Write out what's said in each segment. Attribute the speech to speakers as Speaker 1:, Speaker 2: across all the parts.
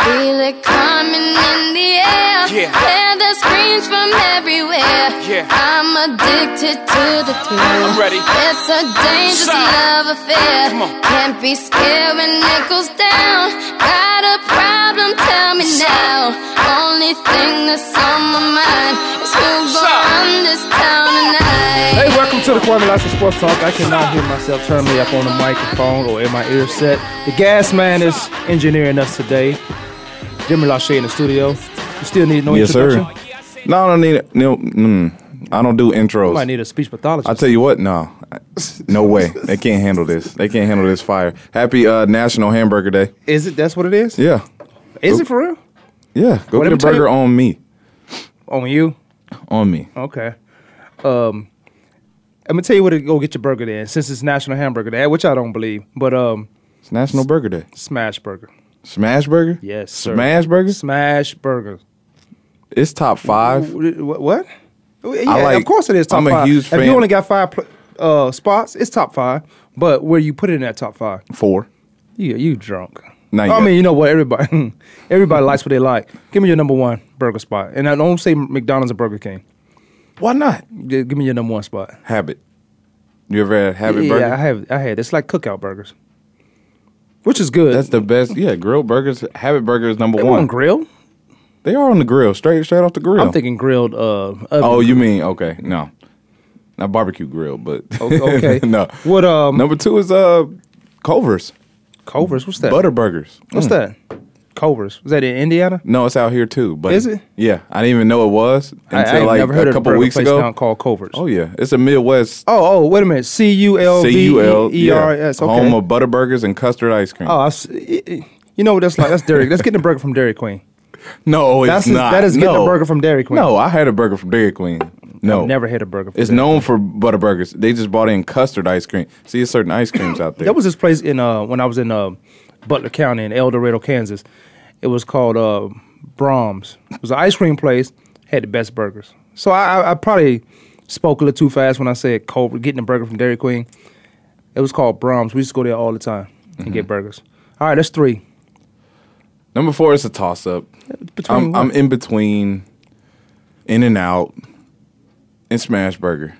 Speaker 1: Feel it coming in the air.
Speaker 2: Yeah.
Speaker 1: Hear the screams from everywhere.
Speaker 2: Yeah.
Speaker 1: I'm addicted to the thrill.
Speaker 2: I'm ready.
Speaker 1: It's a dangerous
Speaker 2: Sign.
Speaker 1: love affair.
Speaker 2: Come on.
Speaker 1: Can't be scared when it goes down. Got a problem? Tell me now. Only thing that's on my mind is who gon'
Speaker 2: Sign.
Speaker 1: run this town tonight.
Speaker 3: Hey, welcome to the Kwame Lashley Sports Talk. I cannot hear myself. Turn me up on the microphone or in my ear set. The gas man is engineering us today. Jimmy Lachey in the studio. You still need no
Speaker 4: Yes, sir.
Speaker 3: introduction?
Speaker 4: No, I don't need it. No, mm, I don't do intros.
Speaker 3: Might need a speech pathologist.
Speaker 4: I tell you what, no, no way. They can't handle this. They can't handle this fire. Happy uh, National Hamburger Day.
Speaker 3: is it? That's what it is?
Speaker 4: Yeah,
Speaker 3: Is it for real?
Speaker 4: yeah. Go
Speaker 3: Well, let
Speaker 4: get
Speaker 3: me
Speaker 4: a
Speaker 3: tell
Speaker 4: burger
Speaker 3: you-
Speaker 4: on me,
Speaker 3: On you?
Speaker 4: on me.
Speaker 3: Okay. Um, I'm gonna tell you where to go get your burger then, since it's National Hamburger Day, which I don't believe, but um,
Speaker 4: It's National Burger Day.
Speaker 3: Smash Burger.
Speaker 4: Smash Burger.
Speaker 3: Yes, sir.
Speaker 4: Smash Burger.
Speaker 3: Smash Burger.
Speaker 4: It's top five.
Speaker 3: What? what? Oh, Yeah, of
Speaker 4: like-
Speaker 3: course it is top
Speaker 4: I'm a
Speaker 3: five.
Speaker 4: huge
Speaker 3: If
Speaker 4: fan-
Speaker 3: you only got five pl- uh, spots, it's top five. But where you put it in that top five,
Speaker 4: Four.
Speaker 3: you you drunk.
Speaker 4: Not
Speaker 3: I
Speaker 4: yet.
Speaker 3: mean, you know what? Everybody, everybody likes what they like. Give me your number one burger spot, and I don't say McDonald's or Burger King.
Speaker 4: Why not?
Speaker 3: Gi- Give me your number one spot.
Speaker 4: Habit. You ever had Habit
Speaker 3: yeah,
Speaker 4: Burger?
Speaker 3: I have. I had. It's like cookout burgers, which is good.
Speaker 4: That's the best. Yeah, grilled burgers. Habit Burger is number
Speaker 3: they
Speaker 4: one.
Speaker 3: weren't grilled.
Speaker 4: They are on the grill, straight straight off the grill.
Speaker 3: I'm thinking grilled. Uh, oven.
Speaker 4: Oh, you mean okay? No, not barbecue grill, but
Speaker 3: okay.
Speaker 4: no.
Speaker 3: What, um,
Speaker 4: Number two is uh, Culver's
Speaker 3: Culver's. What's that?
Speaker 4: butter burgers.
Speaker 3: What's
Speaker 4: Mm.
Speaker 3: that? Culver's. Is that in Indiana?
Speaker 4: No, it's out here too. But
Speaker 3: Is it?
Speaker 4: Yeah, I didn't even know it was until
Speaker 3: I, I've
Speaker 4: like
Speaker 3: never heard
Speaker 4: a couple
Speaker 3: of a burger
Speaker 4: weeks
Speaker 3: place
Speaker 4: ago.
Speaker 3: down called Culver's.
Speaker 4: oh yeah, it's a Midwest
Speaker 3: Oh, oh, wait a minute. C U L
Speaker 4: C U L
Speaker 3: V E R S. Okay.
Speaker 4: home of butter burgers and custard ice cream.
Speaker 3: oh, I s- i- i- you know what that's like? That's Dairy. that's getting a burger from Dairy Queen.
Speaker 4: no, it's
Speaker 3: that's is-
Speaker 4: not.
Speaker 3: that is getting a
Speaker 4: No.
Speaker 3: burger from Dairy Queen.
Speaker 4: No, I had a burger from Dairy Queen. No,
Speaker 3: Never had a burger. From
Speaker 4: It's
Speaker 3: Dairy
Speaker 4: known for butter burgers. They just brought in custard ice cream. See, it's certain ice creams out there.
Speaker 3: That was this place in uh when I was in uh, Butler County in El Dorado, Kansas. It was called uh, Brahms. It was an ice cream place. Had the best burgers. So I, I, I probably spoke a little too fast when I said Culver, getting a burger from Dairy Queen. It was called Brahms. We used to go there all the time and
Speaker 4: Mm-hmm.
Speaker 3: get burgers. All right, that's three.
Speaker 4: Number four is a toss up.
Speaker 3: Between
Speaker 4: I'm,
Speaker 3: what?
Speaker 4: I'm in between In and Out and Smash Burger.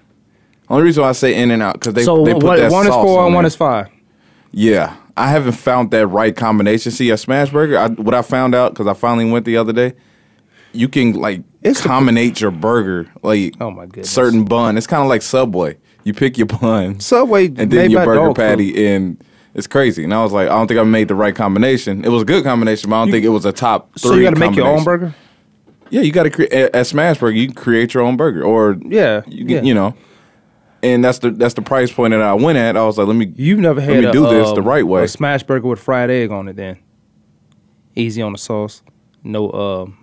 Speaker 4: Only reason why I say In and Out because they
Speaker 3: so
Speaker 4: they
Speaker 3: one-
Speaker 4: put that
Speaker 3: one is
Speaker 4: sauce
Speaker 3: four
Speaker 4: on
Speaker 3: and one
Speaker 4: there.
Speaker 3: is five.
Speaker 4: yeah. I haven't found that right combination. See, a Smash Burger, I, what I found out because I finally went the other day, you can like
Speaker 3: It's the-
Speaker 4: combinate your burger like
Speaker 3: Oh, my goodness.
Speaker 4: certain bun. It's kind of like Subway. You pick your bun,
Speaker 3: Subway
Speaker 4: and
Speaker 3: made
Speaker 4: then your
Speaker 3: by
Speaker 4: burger
Speaker 3: dog food.
Speaker 4: patty, and it's crazy. And I was like, I don't think I made the right combination. It was a good combination, but I don't think it was a top three.
Speaker 3: So you got to make your own
Speaker 4: combination.
Speaker 3: burger.
Speaker 4: Yeah, you got to create at, at Smash Burger. You can create your own burger, or
Speaker 3: Yeah,
Speaker 4: you,
Speaker 3: yeah.
Speaker 4: can you know, and that's the that's the price point that I went at. I was like, let me.
Speaker 3: You've never had
Speaker 4: let me
Speaker 3: a,
Speaker 4: do this
Speaker 3: um,
Speaker 4: the right way.
Speaker 3: A smash burger with fried egg on it, then easy on the sauce. No, um,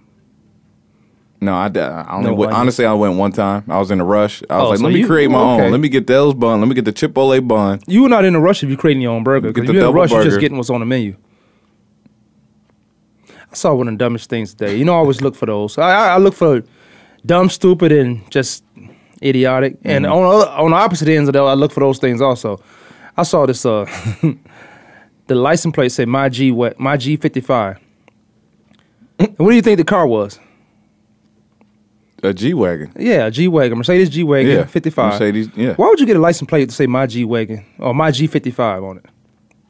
Speaker 4: no, I, d- I only
Speaker 3: No
Speaker 4: went,
Speaker 3: onion.
Speaker 4: honestly I went one time. I was in a rush. I was
Speaker 3: Oh,
Speaker 4: like,
Speaker 3: so
Speaker 4: let me
Speaker 3: you-
Speaker 4: create my
Speaker 3: okay.
Speaker 4: own. Let me get Dell's bun. Let me get the Chipotle bun.
Speaker 3: you were not in a rush if you're creating your own burger.
Speaker 4: Get
Speaker 3: Because
Speaker 4: the
Speaker 3: you're in a
Speaker 4: double
Speaker 3: rush, you're just
Speaker 4: burger.
Speaker 3: getting what's on the menu. I saw one of the dumbest things today. You know, I always look for those. I, I, I look for dumb, stupid, and just idiotic. And on the other- on the opposite ends of that, I look for those things also. I saw this. Uh, the license plate said my G what my G fifty five. And what do you think the car was?
Speaker 4: A G wagon.
Speaker 3: Yeah, G wagon, Mercedes G wagon,
Speaker 4: Yeah,
Speaker 3: fifty five.
Speaker 4: Mercedes, yeah.
Speaker 3: Why would you get a license plate to say my G wagon or my G fifty five on it?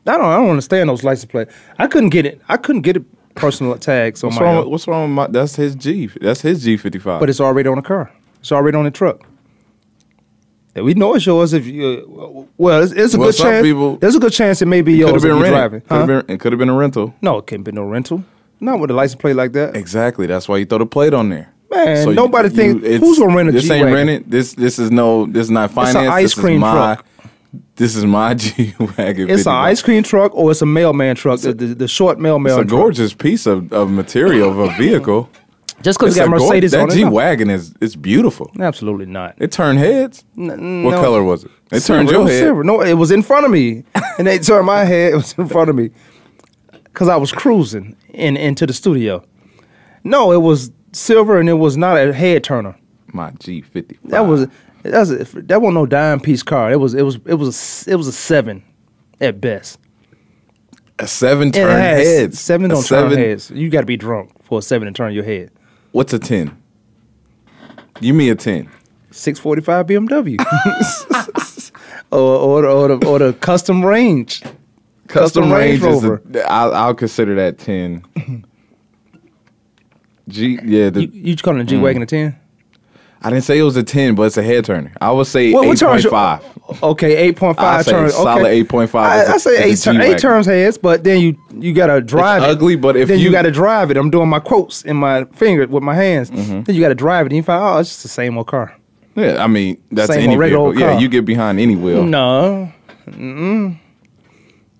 Speaker 3: I don't. I don't understand those license plates. I couldn't get it. I couldn't get it personal tags on
Speaker 4: What's
Speaker 3: my.
Speaker 4: wrong?
Speaker 3: own.
Speaker 4: With, what's wrong with my? That's his G. That's his G fifty five.
Speaker 3: but it's already on the car. It's already on the truck. And we know it's yours if you. uh, Well, it's, it's a
Speaker 4: Well,
Speaker 3: good
Speaker 4: some
Speaker 3: chance.
Speaker 4: people-
Speaker 3: there's a good chance it may be
Speaker 4: could have
Speaker 3: yours if
Speaker 4: been
Speaker 3: you're
Speaker 4: rented.
Speaker 3: driving.
Speaker 4: Could
Speaker 3: huh?
Speaker 4: have been, it could have been a rental.
Speaker 3: No, it can't be no rental. Not with a license plate like that.
Speaker 4: Exactly. That's why you throw the plate on there.
Speaker 3: Man,
Speaker 4: you-
Speaker 3: nobody
Speaker 4: you-
Speaker 3: think-
Speaker 4: it's-
Speaker 3: who's gonna rent a
Speaker 4: This ain't
Speaker 3: G-Wagon?
Speaker 4: rented. This this is no. This is not
Speaker 3: an
Speaker 4: financed.
Speaker 3: ice
Speaker 4: this
Speaker 3: cream
Speaker 4: is my,
Speaker 3: truck.
Speaker 4: This is my G wagon.
Speaker 3: It's an ice cream truck or it's a mailman truck. The, the, the short mailman.
Speaker 4: It's a
Speaker 3: truck.
Speaker 4: gorgeous piece of, of material of a vehicle.
Speaker 3: Just because
Speaker 4: It's
Speaker 3: it got
Speaker 4: a gor-
Speaker 3: Mercedes
Speaker 4: that
Speaker 3: on it.
Speaker 4: G
Speaker 3: no.
Speaker 4: wagon is it's beautiful.
Speaker 3: Absolutely not.
Speaker 4: It turned heads. what
Speaker 3: no.
Speaker 4: color was it? It
Speaker 3: Silver,
Speaker 4: turned
Speaker 3: it
Speaker 4: your
Speaker 3: was
Speaker 4: head.
Speaker 3: silver. No, it was in front of me, and they turned my head. It was in front of me because I was cruising in into the studio. No, it was silver, and it was not a head turner.
Speaker 4: My G fifty.
Speaker 3: That was that was that wasn't no dime piece car. It was it was it was a, s- it was a seven at best.
Speaker 4: a seven
Speaker 3: It
Speaker 4: turned
Speaker 3: had s-
Speaker 4: heads.
Speaker 3: Seven
Speaker 4: A
Speaker 3: don't turn heads. You got to be drunk for a seven to turn your head.
Speaker 4: What's a ten? You mean a ten?
Speaker 3: Six forty five BMW. or, or, the- or, the, or the custom range. Custom Range Rover.
Speaker 4: is. A, I, I'll consider that ten. G yeah, the,
Speaker 3: You, you calling a G
Speaker 4: Mm.
Speaker 3: wagon a ten?
Speaker 4: I didn't say it was a ten, but it's a head turner. I would say
Speaker 3: What- what
Speaker 4: eight
Speaker 3: turns
Speaker 4: point
Speaker 3: your-
Speaker 4: five.
Speaker 3: Okay, eight point
Speaker 4: I
Speaker 3: five
Speaker 4: say
Speaker 3: turns.
Speaker 4: solid
Speaker 3: okay.
Speaker 4: 8.5
Speaker 3: I,
Speaker 4: is a-
Speaker 3: I say eight,
Speaker 4: is a
Speaker 3: turn, eight
Speaker 4: G-Wagon.
Speaker 3: turns heads, but then you you gotta drive it.
Speaker 4: ugly, but if
Speaker 3: then you,
Speaker 4: you-
Speaker 3: gotta drive it, I'm doing my quotes in my finger with my hands.
Speaker 4: Mm-hmm.
Speaker 3: Then you gotta drive it, and you find oh, it's just the same old car.
Speaker 4: Yeah, I mean that's
Speaker 3: Same
Speaker 4: any
Speaker 3: old regular
Speaker 4: vehicle.
Speaker 3: old
Speaker 4: Yeah,
Speaker 3: car.
Speaker 4: you get behind any wheel.
Speaker 3: No, mm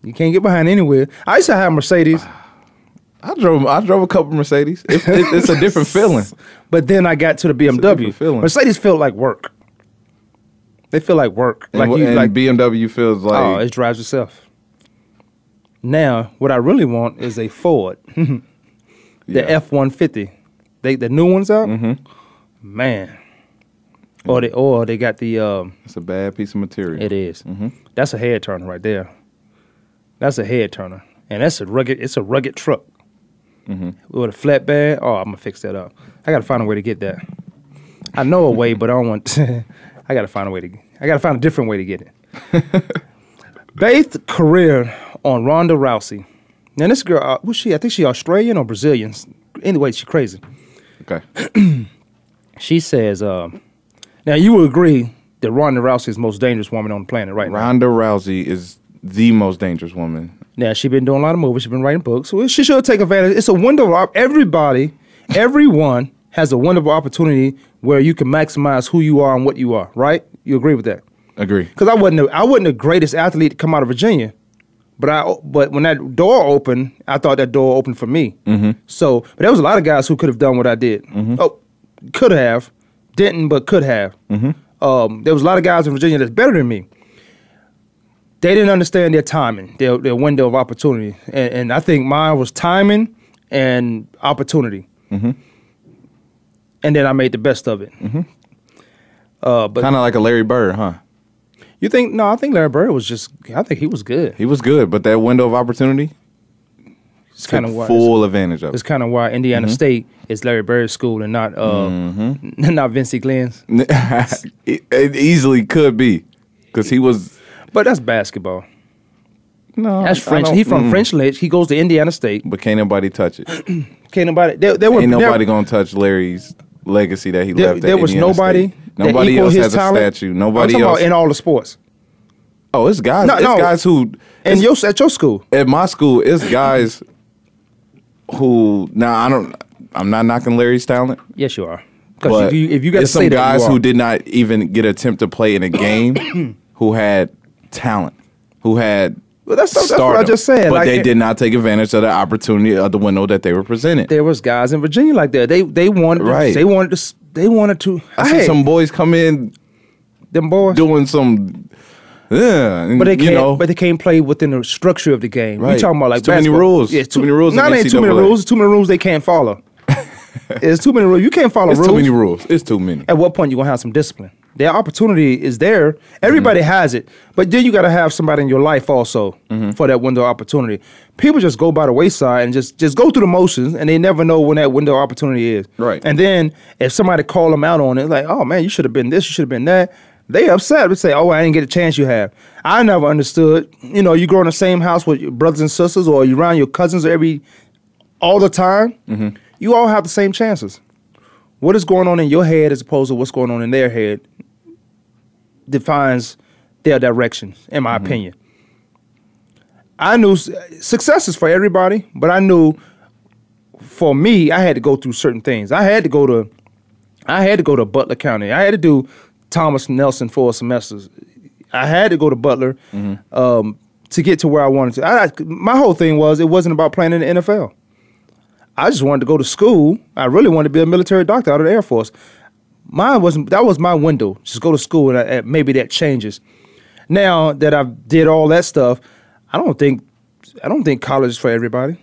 Speaker 3: you can't get behind anywhere. I used to have Mercedes,
Speaker 4: I drove. I drove a couple Mercedes. It's, it's, it's a different feeling.
Speaker 3: but then I got to the BMW.
Speaker 4: feeling.
Speaker 3: Mercedes feel like work. They feel like work.
Speaker 4: Like
Speaker 3: like
Speaker 4: and,
Speaker 3: you like
Speaker 4: BMW feels like
Speaker 3: Oh, it drives itself. Now, what I really want is a Ford, the
Speaker 4: yeah.
Speaker 3: F one fifty. They the new ones out, man. Or they or they got the um.
Speaker 4: It's a bad piece of material.
Speaker 3: It Mm-hmm. That's a head turner right there. That's a head turner, and that's a rugged. It's a rugged truck with a flatbed. Oh, I'm gonna fix that up. I gotta find a way to get that. I know a way, but I don't want. I gotta find a way to. I gotta find a different way to get it. Based career on Ronda Rousey. Now this girl, uh, was she? I think she Australian or Brazilian. Anyway, she crazy
Speaker 4: Okay.
Speaker 3: she says, uh, now you will agree that Ronda Rousey is the most dangerous woman on the planet right now.
Speaker 4: Ronda Rousey is the most dangerous woman.
Speaker 3: Now she's been doing a lot of movies, she's been writing books. Well, she should take advantage. It's a window of op- everybody, everyone has a window of opportunity where you can maximize who you are and what you are, right? You agree with that?
Speaker 4: Agree.
Speaker 3: Because I wasn't the, I wasn't the greatest athlete to come out of Virginia, but I but when that door opened, I thought that door opened for me. Mm-hmm. So, but there was a lot of guys who could have done what I did. Oh, could have, didn't, but could have. Mm-hmm. Um, there was a lot of guys in Virginia that's better than me. They didn't understand their timing, their their window of opportunity, and, and I think mine was timing and opportunity. Mm-hmm. And then I made the best of it. Uh, but
Speaker 4: Kind of like a Larry Bird, huh?
Speaker 3: you think no? I think Larry Bird was just. I think he was good.
Speaker 4: He was good, but that window of opportunity
Speaker 3: It's kind of
Speaker 4: took Mm-hmm.
Speaker 3: why.
Speaker 4: full advantage of.
Speaker 3: It's
Speaker 4: it.
Speaker 3: kind of why Indiana State is Larry Bird's school and not uh
Speaker 4: Mm-hmm.
Speaker 3: not Vincey Glenn's.
Speaker 4: it, it easily could be because he was
Speaker 3: But that's basketball.
Speaker 4: no.
Speaker 3: That's
Speaker 4: I
Speaker 3: French.
Speaker 4: don't-
Speaker 3: He from
Speaker 4: mm.
Speaker 3: French Ledge. He goes to Indiana State.
Speaker 4: but can't nobody touch it.
Speaker 3: Can't nobody. There, there were,
Speaker 4: Ain't
Speaker 3: there-
Speaker 4: nobody gonna touch Larry's legacy that he
Speaker 3: There,
Speaker 4: left. at
Speaker 3: there was
Speaker 4: Indiana
Speaker 3: nobody.
Speaker 4: State.
Speaker 3: that
Speaker 4: Nobody
Speaker 3: equaled
Speaker 4: else
Speaker 3: his
Speaker 4: has
Speaker 3: talent.
Speaker 4: a statue.
Speaker 3: I'm
Speaker 4: Nobody
Speaker 3: talking
Speaker 4: else.
Speaker 3: about in all the sports.
Speaker 4: oh, it's guys.
Speaker 3: No,
Speaker 4: it's
Speaker 3: no.
Speaker 4: guys who.
Speaker 3: And
Speaker 4: it's-
Speaker 3: your at your school,
Speaker 4: at my school, it's guys who now I don't. I'm not knocking Larry's talent,
Speaker 3: yes, you are. Because
Speaker 4: but
Speaker 3: if you, if you got to
Speaker 4: it's
Speaker 3: say
Speaker 4: some
Speaker 3: that, you
Speaker 4: guys
Speaker 3: are.
Speaker 4: who did not even get a attempt to play in a game who had talent, who had.
Speaker 3: Well, that's- that's what I
Speaker 4: stardom,
Speaker 3: just said,
Speaker 4: But
Speaker 3: like-
Speaker 4: they did not take advantage of the opportunity of the window that they were presented.
Speaker 3: there was guys in Virginia like that. They they wanted. to-
Speaker 4: Right.
Speaker 3: They wanted to. s- They wanted to. I,
Speaker 4: I see
Speaker 3: had
Speaker 4: some boys come in
Speaker 3: them boys.
Speaker 4: doing some. Yeah, and,
Speaker 3: But they
Speaker 4: you
Speaker 3: can't.
Speaker 4: know,
Speaker 3: but they can't play within the structure of the game. We
Speaker 4: Right.
Speaker 3: talking about like
Speaker 4: It's too many
Speaker 3: basketball.
Speaker 4: rules.
Speaker 3: Yeah,
Speaker 4: Too many rules in
Speaker 3: No, it ain't too many
Speaker 4: NCAA.
Speaker 3: rules. Too many rules they can't follow. it's too many rules. You can't follow
Speaker 4: it's
Speaker 3: rules.
Speaker 4: too many rules. It's too many.
Speaker 3: At what point you gonna have some discipline? The opportunity is there. Everybody
Speaker 4: Mm-hmm.
Speaker 3: has it, but then you gotta have somebody in your life also for that window of opportunity. People just go by the wayside and just just go through the motions, and they never know when that window of opportunity is.
Speaker 4: Right.
Speaker 3: And then if somebody call them out on it, like, oh man, you should have been this, you should have been that. They upset. They say, oh, I didn't get a chance. You have. I never understood. You know, you grow in the same house with your brothers and sisters, or you around your cousins every all the time. You all have the same chances what is going on in your head as opposed to what's going on in their head defines their direction, in my opinion. I knew s- success is for everybody, but I knew for me, I had to go through certain things. I had to go to, I had to go to Butler County. I had to do Thomas Nelson for a semester. I had to go to Butler um, to get to where I wanted to. I, I- my whole thing was it wasn't about playing in the NFL. I just wanted to go to school. I really wanted to be a military doctor out of the Air Force. Mine wasn't. That was my window. Just go to school, and I, and maybe that changes. Now that I've did all that stuff, I don't think I don't think college is for everybody.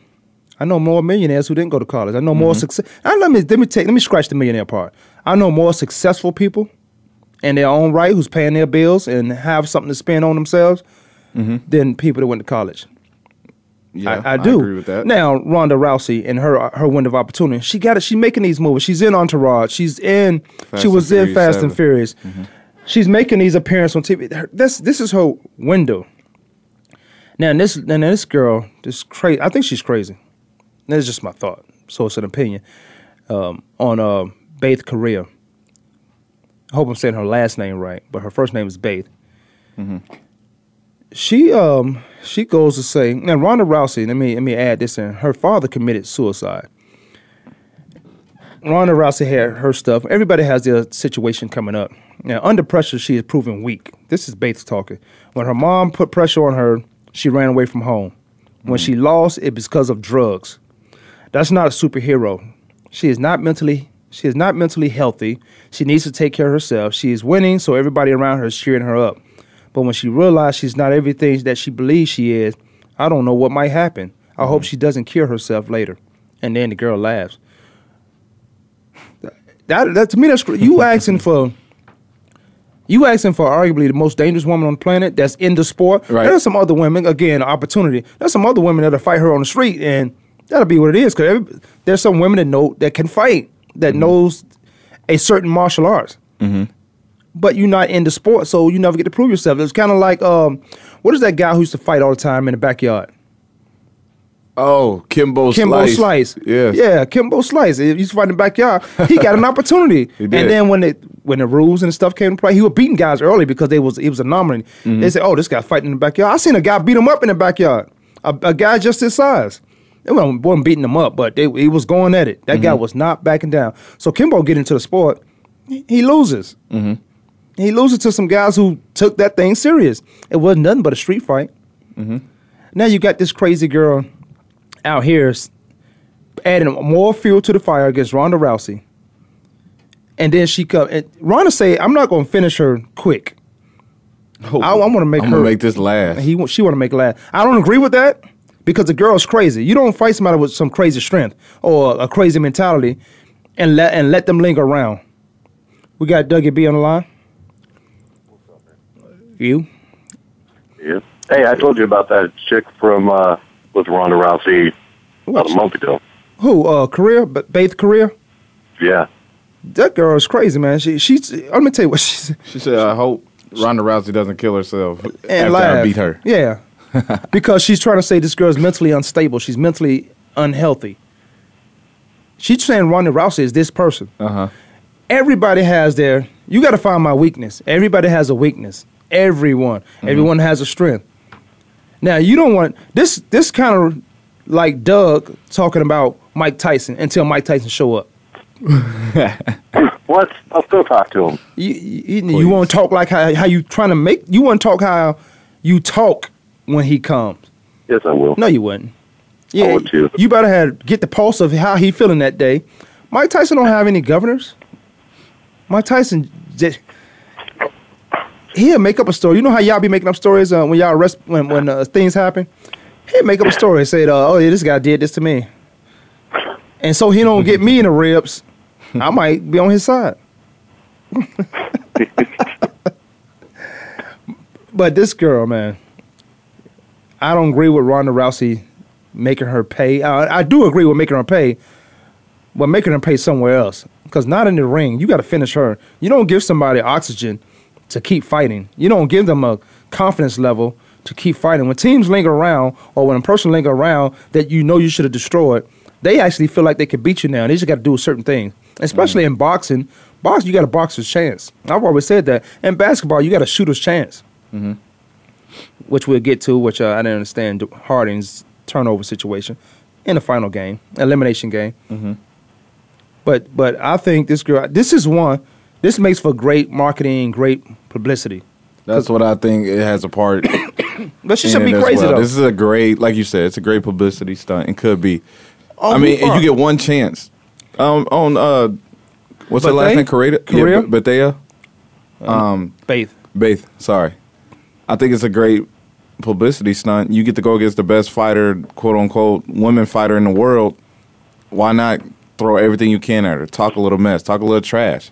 Speaker 3: I know more millionaires who didn't go to college. I know more
Speaker 4: Mm-hmm.
Speaker 3: success. I, let me let me take let me scratch the millionaire part. I know more successful people in their own right who's paying their bills and have something to spend on themselves than people that went to college.
Speaker 4: Mm-hmm. Yeah,
Speaker 3: I, I do
Speaker 4: agree with that.
Speaker 3: Now Ronda Rousey and her her window of opportunity. She got it. She's making these movies. She's in Entourage. She's in. she
Speaker 4: and
Speaker 3: was in
Speaker 4: Furious
Speaker 3: Fast
Speaker 4: Seven. Mm-hmm.
Speaker 3: and Furious. She's making these appearances on TV. Her- This this is her window. Now and this and this girl, this crazy. I think she's crazy. That's just my thought. So it's an opinion um, on uh, Baith Korea. I hope I'm saying her last name right, but her first name is Baith.
Speaker 4: Mm-hmm.
Speaker 3: She um she goes to say now Ronda Rousey. Let me let me add this in. Her father committed suicide. Ronda Rousey had her stuff. Everybody has their situation coming up. Now under pressure, she is proven weak. This is Bates talking. When her mom put pressure on her, she ran away from home. When she lost, it was because of drugs. That's not a superhero. She is not mentally she is not mentally healthy. She needs to take care of herself. She is winning, so everybody around her is cheering her up. But when she realized she's not everything that she believes she is, I don't know what might happen. I hope she doesn't cure herself later. And then the girl laughs. That, that to me that's cr- you asking for you asking for arguably the most dangerous woman on the planet that's in the sport.
Speaker 4: Right.
Speaker 3: There's some other women again opportunity. There's some other women that'll fight her on the street and that'll be what it is. Because there's some women that know that can fight that
Speaker 4: Mm-hmm.
Speaker 3: knows a certain martial arts but you're not in the sport, so you never get to prove yourself. It's kind of like, um, what is that guy who used to fight all the time in the backyard?
Speaker 4: Oh, Kimbo,
Speaker 3: Kimbo
Speaker 4: Slice.
Speaker 3: Slice.
Speaker 4: Yes.
Speaker 3: Yeah, Kimbo Slice. He used to fight in the backyard. He got an opportunity.
Speaker 4: He
Speaker 3: and
Speaker 4: did.
Speaker 3: then when the when the rules and stuff came to play, he was beating guys early because they was it was a nominee.
Speaker 4: Mm-hmm.
Speaker 3: They said, Oh, this guy fighting in the backyard. I seen a guy beat him up in the backyard. A, a guy just his size. They wasn't wasn't beating him up, but they, he was going at it. That
Speaker 4: Mm-hmm.
Speaker 3: guy was not backing down. So Kimbo get into the sport, he he loses.
Speaker 4: Mm-hmm.
Speaker 3: He loses to some guys who took that thing serious. It wasn't nothing but a street fight.
Speaker 4: Mm-hmm.
Speaker 3: Now you got this crazy girl out here s- adding more fuel to the fire against Ronda Rousey. And then she come and Ronda say, "I'm not gonna finish her quick.
Speaker 4: Oh,
Speaker 3: I, want to make
Speaker 4: I'm
Speaker 3: her
Speaker 4: gonna make this last.
Speaker 3: He wa- she want to make it last. I don't agree with that because the girl's crazy. You don't fight somebody with some crazy strength or a crazy mentality and let and let them linger around. We got Dougie B on the line. You?
Speaker 2: Yeah. Hey, I told you about that chick from uh, with Ronda Rousey about a month ago.
Speaker 3: Who? Uh, career? Ba- Baith career?
Speaker 2: Yeah.
Speaker 3: That girl is crazy, man. She she's. Let me tell you what she's.
Speaker 4: She said, "I hope Ronda Rousey doesn't kill herself
Speaker 3: and
Speaker 4: after
Speaker 3: laugh.
Speaker 4: I beat her."
Speaker 3: Yeah, because she's trying to say this girl's mentally unstable. She's mentally unhealthy. She's saying Ronda Rousey is this person.
Speaker 4: Uh-huh.
Speaker 3: Everybody has their. You got to find my weakness. Everybody has a weakness. Everyone.
Speaker 4: Mm-hmm.
Speaker 3: Everyone has a strength. Now you don't want this. This kind of like Doug talking about Mike Tyson until Mike Tyson show up.
Speaker 2: What? I'll still talk to him.
Speaker 3: You, you, you want to talk like how, how you trying to make. You want to talk how you talk when he comes.
Speaker 2: Yes, I will.
Speaker 3: No, you wouldn't. Yeah,
Speaker 2: would too.
Speaker 3: you better have get the pulse of how he feeling that day. Mike Tyson don't have any governors. Mike Tyson just he'll make up a story. You know how y'all be making up stories uh, when y'all arrest when when uh, things happen. He'll make up a story and say, uh, "Oh yeah, this guy did this to me," and so he don't get me in the ribs. I might be on his side. but this girl, man, I don't agree with Ronda Rousey making her pay. I, I do agree with making her pay, but making her pay somewhere else. Because not in the ring, you got to finish her. You don't give somebody oxygen to keep fighting. You don't give them a confidence level to keep fighting. When teams linger around, or when a person linger around that you know you should have destroyed, they actually feel like they could beat you now. They just got to do certain things. Especially in boxing, box you got a boxer's chance. I've always said that. In basketball, you got a shooter's chance which we'll get to, which uh, I didn't understand Harden's turnover situation in the final game, elimination game.
Speaker 4: Mm-hmm.
Speaker 3: But but I think this girl, this is one. This makes for great marketing, great publicity.
Speaker 4: That's what I think. It has a part.
Speaker 3: But she
Speaker 4: in
Speaker 3: should
Speaker 4: it
Speaker 3: be
Speaker 4: as
Speaker 3: crazy
Speaker 4: well.
Speaker 3: though.
Speaker 4: This is a great, like you said, it's a great publicity stunt. It could be.
Speaker 3: Oh,
Speaker 4: I mean,
Speaker 3: who
Speaker 4: and you
Speaker 3: are?
Speaker 4: get one chance. Um, on uh, what's her
Speaker 3: Bethay?
Speaker 4: last name? Correa.
Speaker 3: Correa?
Speaker 4: Yeah, Bethea.
Speaker 3: Faith.
Speaker 4: Baith. Sorry. I think it's a great publicity stunt. You get to go against the best fighter, quote unquote, woman fighter in the world. Why not throw everything you can at her? Talk a little mess. Talk a little trash.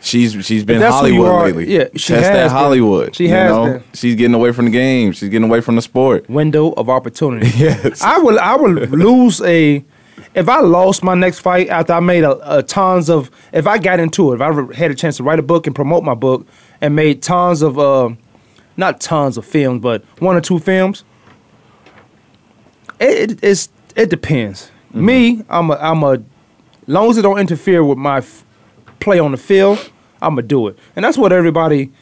Speaker 4: She's she's been
Speaker 3: that's who you
Speaker 4: Hollywood
Speaker 3: are-
Speaker 4: lately.
Speaker 3: yeah, she has
Speaker 4: Test that
Speaker 3: been.
Speaker 4: Hollywood.
Speaker 3: She
Speaker 4: you
Speaker 3: has been.
Speaker 4: She's getting away from the game. She's getting away from the sport.
Speaker 3: Window of opportunity.
Speaker 4: Yes.
Speaker 3: I will. I will lose a. If I lost my next fight after I made a, a tons of, if I got into it, if I re- had a chance to write a book and promote my book and made tons of, uh, not tons of films, but one or two films, it it, it's, it depends. Me, I'm a, I'm a, long as it don't interfere with my f- play on the field, I'm gonna do it, and that's what everybody.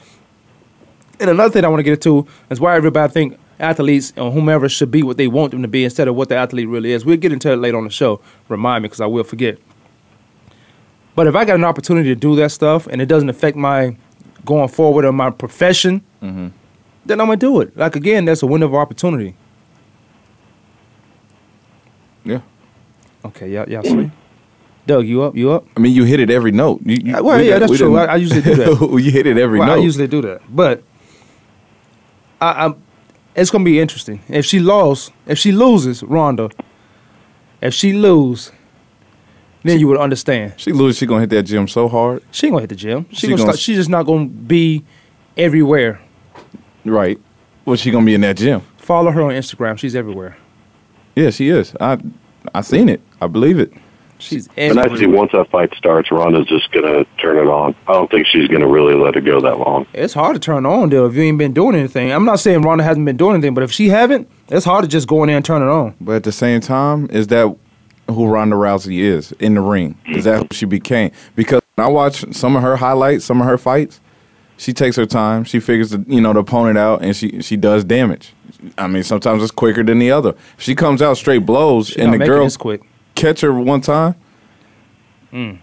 Speaker 3: And another thing I want to get into is why everybody think athletes or whomever should be what they want them to be instead of what the athlete really is. We'll get into it later on the show. Remind me because I will forget. But if I got an opportunity to do that stuff and it doesn't affect my going forward or my profession, then I'm gonna do it. Like again, that's a window of opportunity.
Speaker 4: Yeah.
Speaker 3: Okay, y'all, y'all sleep. Doug, you up? You up?
Speaker 4: I mean, you hit it every note. You, you,
Speaker 3: Uh, well,
Speaker 4: we
Speaker 3: yeah,
Speaker 4: done-
Speaker 3: that's
Speaker 4: we
Speaker 3: true.
Speaker 4: done-
Speaker 3: I- I usually do that.
Speaker 4: you hit it every
Speaker 3: Well,
Speaker 4: note.
Speaker 3: I usually do that, but I, I it's gonna be interesting. If she lost, if she loses, Ronda, if she lose, then you would understand.
Speaker 4: she lose. She gonna hit that gym so hard.
Speaker 3: She ain't gonna hit the gym. She,
Speaker 4: She
Speaker 3: gonna,
Speaker 4: gonna
Speaker 3: start, she's just not gonna be everywhere.
Speaker 4: Right. Well, she gonna be in that gym.
Speaker 3: Follow her on Instagram. She's everywhere.
Speaker 4: Yeah, she is. I I seen it. I believe it.
Speaker 3: She's
Speaker 2: And
Speaker 3: everywhere.
Speaker 2: I see once that fight starts, Ronda's just gonna turn it on. I don't think she's gonna really let it go that long.
Speaker 3: It's hard to turn on though if you ain't been doing anything. I'm not saying Ronda hasn't been doing anything, but if she haven't, it's hard to just go in there and turn it on.
Speaker 4: But at the same time, is that who Ronda Rousey is in the ring? Is that who she became? Because when I watch some of her highlights, some of her fights, she takes her time. She figures the you know the opponent out, and she she does damage. I mean, sometimes it's quicker than the other. If she comes out straight blows, and
Speaker 3: not
Speaker 4: the
Speaker 3: making
Speaker 4: girl
Speaker 3: this quick.
Speaker 4: catch her one time.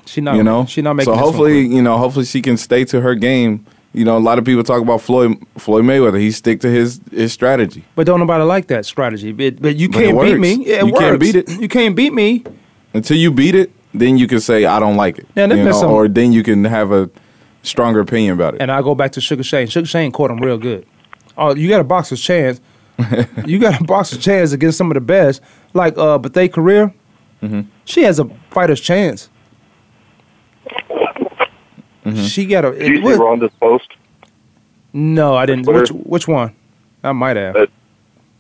Speaker 3: She not.
Speaker 4: you know,
Speaker 3: Oh, She not making.
Speaker 4: So
Speaker 3: this one
Speaker 4: hopefully,
Speaker 3: quick.
Speaker 4: you know, hopefully she can stay to her game. You know, a lot of people talk about Floyd Floyd Mayweather. He stick to his his strategy.
Speaker 3: But don't nobody like that strategy. But, but you
Speaker 4: But it
Speaker 3: can't beat
Speaker 4: works.
Speaker 3: me. Yeah, It
Speaker 4: You can't
Speaker 3: works.
Speaker 4: beat it.
Speaker 3: You can't beat me.
Speaker 4: until you beat it, then you can say I don't like it.
Speaker 3: Yeah, that
Speaker 4: you
Speaker 3: makes some-
Speaker 4: or then you can have a stronger opinion about it.
Speaker 3: And I go back to Sugar Shane. Sugar Shane caught him real good. Oh, you got a boxer's chance. you got a boxer's chance against some of the best, like uh, but they career.
Speaker 4: Mm-hmm.
Speaker 3: She has a fighter's chance.
Speaker 4: Mm-hmm.
Speaker 3: She got a.
Speaker 2: Do you
Speaker 3: it
Speaker 2: see
Speaker 3: was-
Speaker 2: Ronda's post?
Speaker 3: no, I didn't.
Speaker 2: Twitter?
Speaker 3: Which which one? I might have.
Speaker 2: Uh,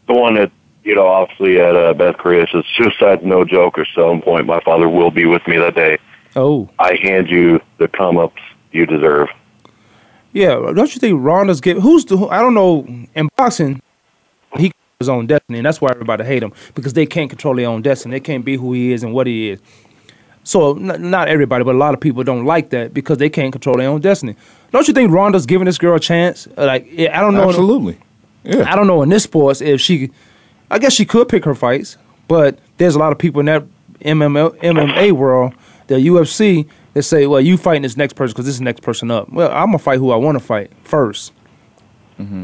Speaker 2: The one that you know, obviously at uh, Beth Korea says, "Suicide's no joke." Or some point, my father will be with me that day.
Speaker 3: oh
Speaker 2: I hand you the come ups you deserve.
Speaker 3: yeah. Don't you think Ronda's get? Who's the? Who, I don't know. In boxing, he controls his own destiny, and that's why everybody hate him because they can't control their own destiny. They can't be who he is and what he is. So n- not everybody, but a lot of people don't like that because they can't control their own destiny. Don't you think Ronda's giving this girl a chance? Like yeah, I don't know.
Speaker 4: Absolutely. Yeah.
Speaker 3: I don't know in this sports if she. I guess she could pick her fights, but there's a lot of people in that MMA, MMA world, the UFC, that say, "Well, you fighting this next person because this is the next person up." Well, I'm gonna fight who I want to fight 1st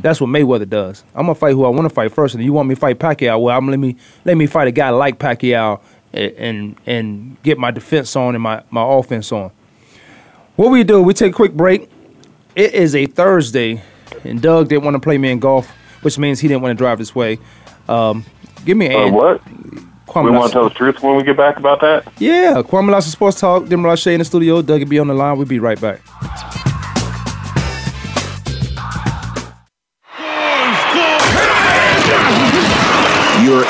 Speaker 3: That's what Mayweather does. I'm gonna fight who I want to fight first, and you want me to fight Pacquiao? Well, I'm let me let me fight a guy like Pacquiao a- and and get my defense on and my my offense on. What we do? We take a quick break. It is a Thursday, and Doug didn't want to play me in golf, which means he didn't want to drive this way. Um, give me
Speaker 2: Uh,
Speaker 3: an
Speaker 2: what?
Speaker 3: Kwame
Speaker 2: We want
Speaker 3: Lassie-
Speaker 2: to tell the truth when we get back about that.
Speaker 3: Yeah, Kwame Lassa Sports Talk. Dim Roche in the studio. Doug will be on the line. We'll be right back.
Speaker 5: Your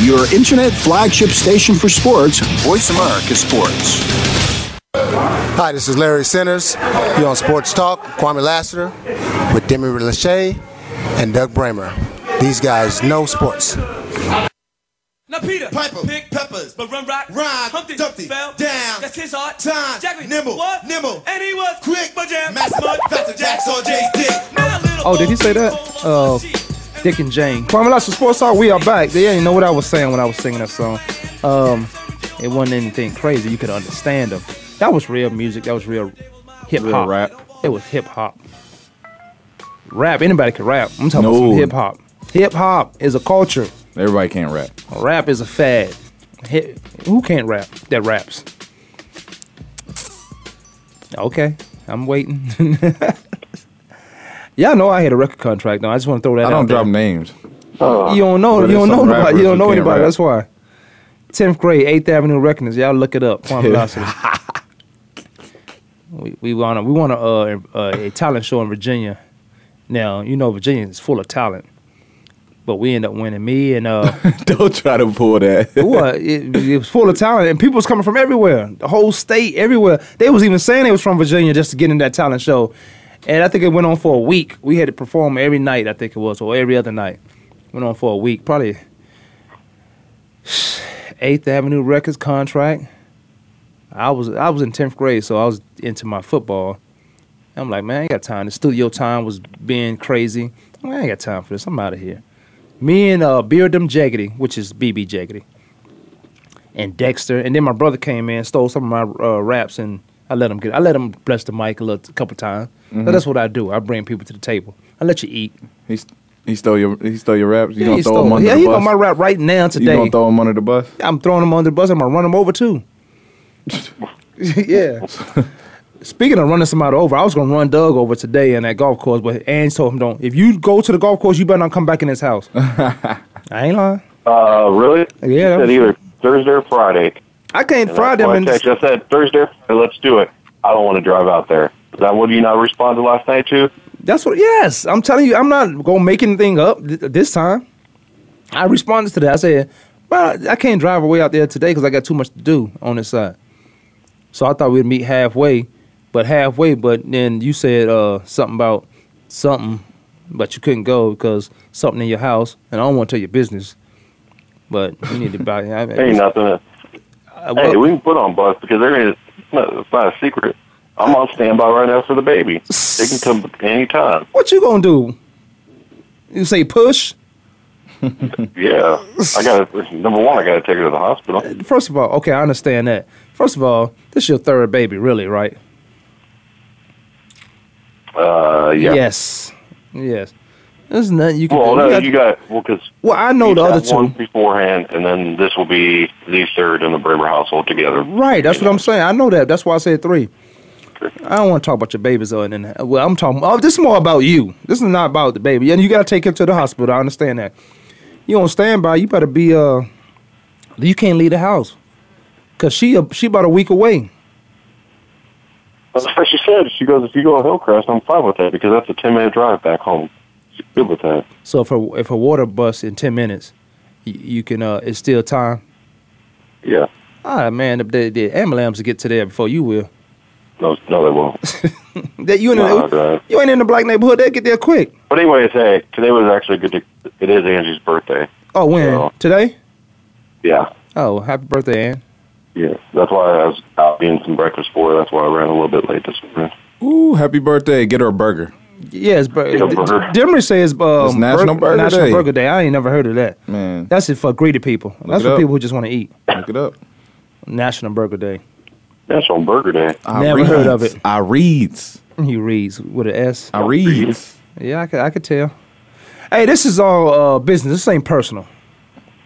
Speaker 5: Your internet flagship station for sports,
Speaker 6: Voice America Sports.
Speaker 7: Hi, this is Larry Centers. You're on Sports Talk, Kwame Lassiter, with Demi Lachey and Doug Bramer. These guys know sports.
Speaker 8: Now Peter, Piper, pick peppers, but run rock,
Speaker 9: Rhyme,
Speaker 8: Humpty,
Speaker 9: Dumpty,
Speaker 8: fell
Speaker 9: down,
Speaker 8: That's his art.
Speaker 9: time,
Speaker 8: Jackie,
Speaker 9: nimble,
Speaker 8: what?
Speaker 9: nimble,
Speaker 8: and he was
Speaker 9: quick,
Speaker 8: but jam,
Speaker 9: mass mud, faster jacks on Jay's dick.
Speaker 3: Oh, did he say that? Uh, Dick and Jane. Kwame Lashley Sports Talk. We are back. They didn't know what I was saying when I was singing that song. Um, it wasn't anything crazy. You could understand them. That was real music. That was real hip hop.
Speaker 4: rap.
Speaker 3: It was hip hop. Rap. Anybody could rap. I'm talking
Speaker 4: No.
Speaker 3: about some hip hop. Hip hop is a culture.
Speaker 4: Everybody can't rap.
Speaker 3: Rap is a fad. Hip, who can't rap? That raps. Okay, I'm waiting. Y'all know I had a record contract. Now I just want to throw that.
Speaker 4: I don't
Speaker 3: out there.
Speaker 4: drop names.
Speaker 3: You don't know.
Speaker 4: But
Speaker 3: You don't
Speaker 4: there's
Speaker 3: know
Speaker 4: some
Speaker 3: nobody.
Speaker 4: rappers
Speaker 3: You don't
Speaker 4: who
Speaker 3: know
Speaker 4: can't
Speaker 3: anybody.
Speaker 4: rap.
Speaker 3: That's why. Tenth grade, Eighth Avenue Reckoners. Y'all look it up. Kwame Lasseter. we we want to we want to uh, uh, a talent show in Virginia. Now you know Virginia is full of talent, but we end up winning. Me and uh,
Speaker 4: Don't try to pull that.
Speaker 3: what it, it was full of talent, and people was coming from everywhere, the whole state, everywhere. They was even saying they was from Virginia just to get in that talent show, and I think it went on for a week. We had to perform every night, I think it was, or every other night. Went on for a week, probably. Eighth Avenue Records contract. I was I was in tenth grade, so I was into my football. I'm like, man, I ain't got time. The studio time was being crazy. I'm like, I ain't got time for this. I'm out of here. Me and uh, Beardum Jaggedy, which is BB Jaggedy, and Dexter, and then my brother came in, stole some of my uh, raps, and I let him get. I let him bless the mic a, little, a couple times. So
Speaker 4: Mhm.
Speaker 3: that's what I do. I bring people to the table. I let you eat.
Speaker 4: He st- he stole your he stole your raps. You
Speaker 3: Yeah,
Speaker 4: gonna
Speaker 3: he
Speaker 4: throw
Speaker 3: stole-
Speaker 4: him under
Speaker 3: yeah,
Speaker 4: the
Speaker 3: he
Speaker 4: bus?
Speaker 3: know my rap right now today.
Speaker 4: You gonna throw him under the bus?
Speaker 3: I'm throwing him under the bus. I'm gonna run him over too. yeah. Speaking of running somebody over, I was gonna run Doug over today in that golf course, but Ange told him don't. If you go to the golf course, you better not come back in his house. I ain't lying.
Speaker 2: Uh, really?
Speaker 3: Yeah.
Speaker 2: You said either Thursday or Friday.
Speaker 3: I can't
Speaker 2: And
Speaker 3: fry
Speaker 2: that's
Speaker 3: them
Speaker 2: why I
Speaker 3: in
Speaker 2: text. I said Thursday. or Friday, Let's do it. I don't want to drive out there. Is that what you not responded last night to?
Speaker 3: That's what. Yes, I'm telling you, I'm not gonna make anything up th- this time. I responded to that. I said, "Well, I can't drive away out there today because I got too much to do on this side." So I thought we'd meet halfway, but halfway. But then you said uh, something about something, but you couldn't go because something in your house, and I don't want to tell your business. But you need to buy. I mean,
Speaker 2: Ain't nothing. hey,
Speaker 3: well-
Speaker 2: we can put on bus because they're gonna. It's not, it's not a secret. I'm on standby right now for the baby. They can come any time.
Speaker 3: What you gonna do? You say push.
Speaker 2: Yeah, I got to number one. I got to take her to the hospital.
Speaker 3: First of all, okay, I understand that. First of all, this is your third baby, really, right?
Speaker 2: Uh, yeah.
Speaker 3: Yes. Yes. There's nothing you can
Speaker 2: Well,
Speaker 3: do.
Speaker 2: no,
Speaker 3: you got-
Speaker 2: you got well because
Speaker 3: well, I know the other two.
Speaker 2: one beforehand, and then this will be the third in the Bramer household together.
Speaker 3: Right. That's what I'm saying. I know that. That's why I said three. I don't want to talk about your babies or anything. Well, I'm talking. Oh, this is more about you. This is not about the baby. And you got to take him to the hospital. I understand that. You on standby. You better be. Uh, you can't leave the house because she a- she about a week away.
Speaker 2: That's what she said. She goes, if you go to Hillcrest, I'm fine with that because that's a 10 minute drive back home. She's good with that.
Speaker 3: So if her if her water busts in ten minutes, you, you can. Uh, it's still time.
Speaker 2: Yeah.
Speaker 3: Ah man, the, the, the ambulance will get to there before you will.
Speaker 2: No, no, they won't.
Speaker 3: That you in the,
Speaker 2: Nah, right.
Speaker 3: you ain't in the black neighborhood. They get there quick.
Speaker 2: But anyways, hey, today was actually a good. It is Angie's birthday.
Speaker 3: Oh, when? Today?
Speaker 2: Yeah.
Speaker 3: Oh, happy birthday, Ann.
Speaker 2: Yeah. That's why I was out getting some breakfast for her. That's why I ran a little bit late this morning.
Speaker 4: Ooh, happy birthday. Get her a burger.
Speaker 3: Yes, but
Speaker 4: Get a burger.
Speaker 3: Demery says um,
Speaker 4: It's National Burger
Speaker 3: National
Speaker 4: Day.
Speaker 3: Burger Day. I ain't never heard of that.
Speaker 4: Man.
Speaker 3: That's it for greedy people. That's
Speaker 4: it
Speaker 3: for
Speaker 4: up.
Speaker 3: people who just want to eat.
Speaker 4: Look it up.
Speaker 3: National Burger Day.
Speaker 2: That's on Burger Day.
Speaker 3: Never heard of it.
Speaker 4: I reads.
Speaker 3: He reads with an S.
Speaker 4: I reads.
Speaker 3: Yeah, I could, I could tell. Hey, this is all uh, business. This ain't personal.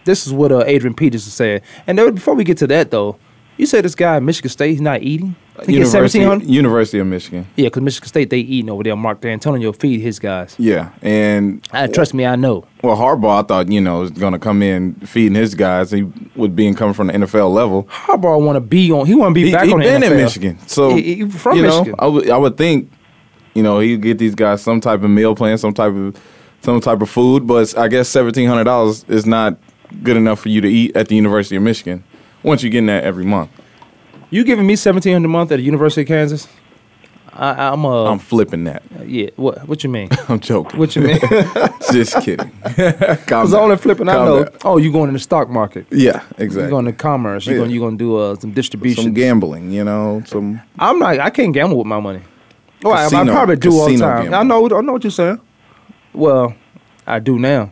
Speaker 3: This is what uh, Adrian Peterson said. And though, before we get to that, though, you said this guy at Michigan State, he's not eating? He gets
Speaker 4: University,
Speaker 3: 1700
Speaker 4: University of Michigan.
Speaker 3: Yeah, because Michigan State, they eating over there. Mark D'Antonio feed his guys.
Speaker 4: Yeah, and
Speaker 3: Uh, trust me, I know.
Speaker 4: Well, Harbaugh, I thought you know was going to come in feeding his guys. He would being coming from the NFL level.
Speaker 3: Harbaugh want to be on. He want to be
Speaker 4: He-
Speaker 3: back
Speaker 4: he
Speaker 3: on
Speaker 4: been
Speaker 3: the
Speaker 4: in
Speaker 3: NFL.
Speaker 4: Michigan, so
Speaker 3: He- he from
Speaker 4: you know,
Speaker 3: Michigan.
Speaker 4: I would I would think you know he'd get these guys some type of meal plan, some type of some type of food. But I guess seventeen hundred dollars is not good enough for you to eat at the University of Michigan once you're getting that every month.
Speaker 3: You giving me seventeen hundred a month at the University of Kansas? I, I'm uh,
Speaker 4: I'm flipping that.
Speaker 3: yeah. What What you mean?
Speaker 4: I'm joking.
Speaker 3: What you mean?
Speaker 4: Just kidding.
Speaker 3: Because
Speaker 4: Because
Speaker 3: only flipping I know. Oh, you going in the stock market?
Speaker 4: Yeah,
Speaker 3: You
Speaker 4: exactly.
Speaker 3: going to commerce? You
Speaker 4: Yeah.
Speaker 3: going You going to do uh, some distribution?
Speaker 4: Some gambling, you know, some
Speaker 3: I'm not. I can't gamble with my money. Well, I- I
Speaker 4: Casino-
Speaker 3: probably do all the
Speaker 4: casino
Speaker 3: time.
Speaker 4: gambling.
Speaker 3: I know. I know what you're saying. Well, I do now.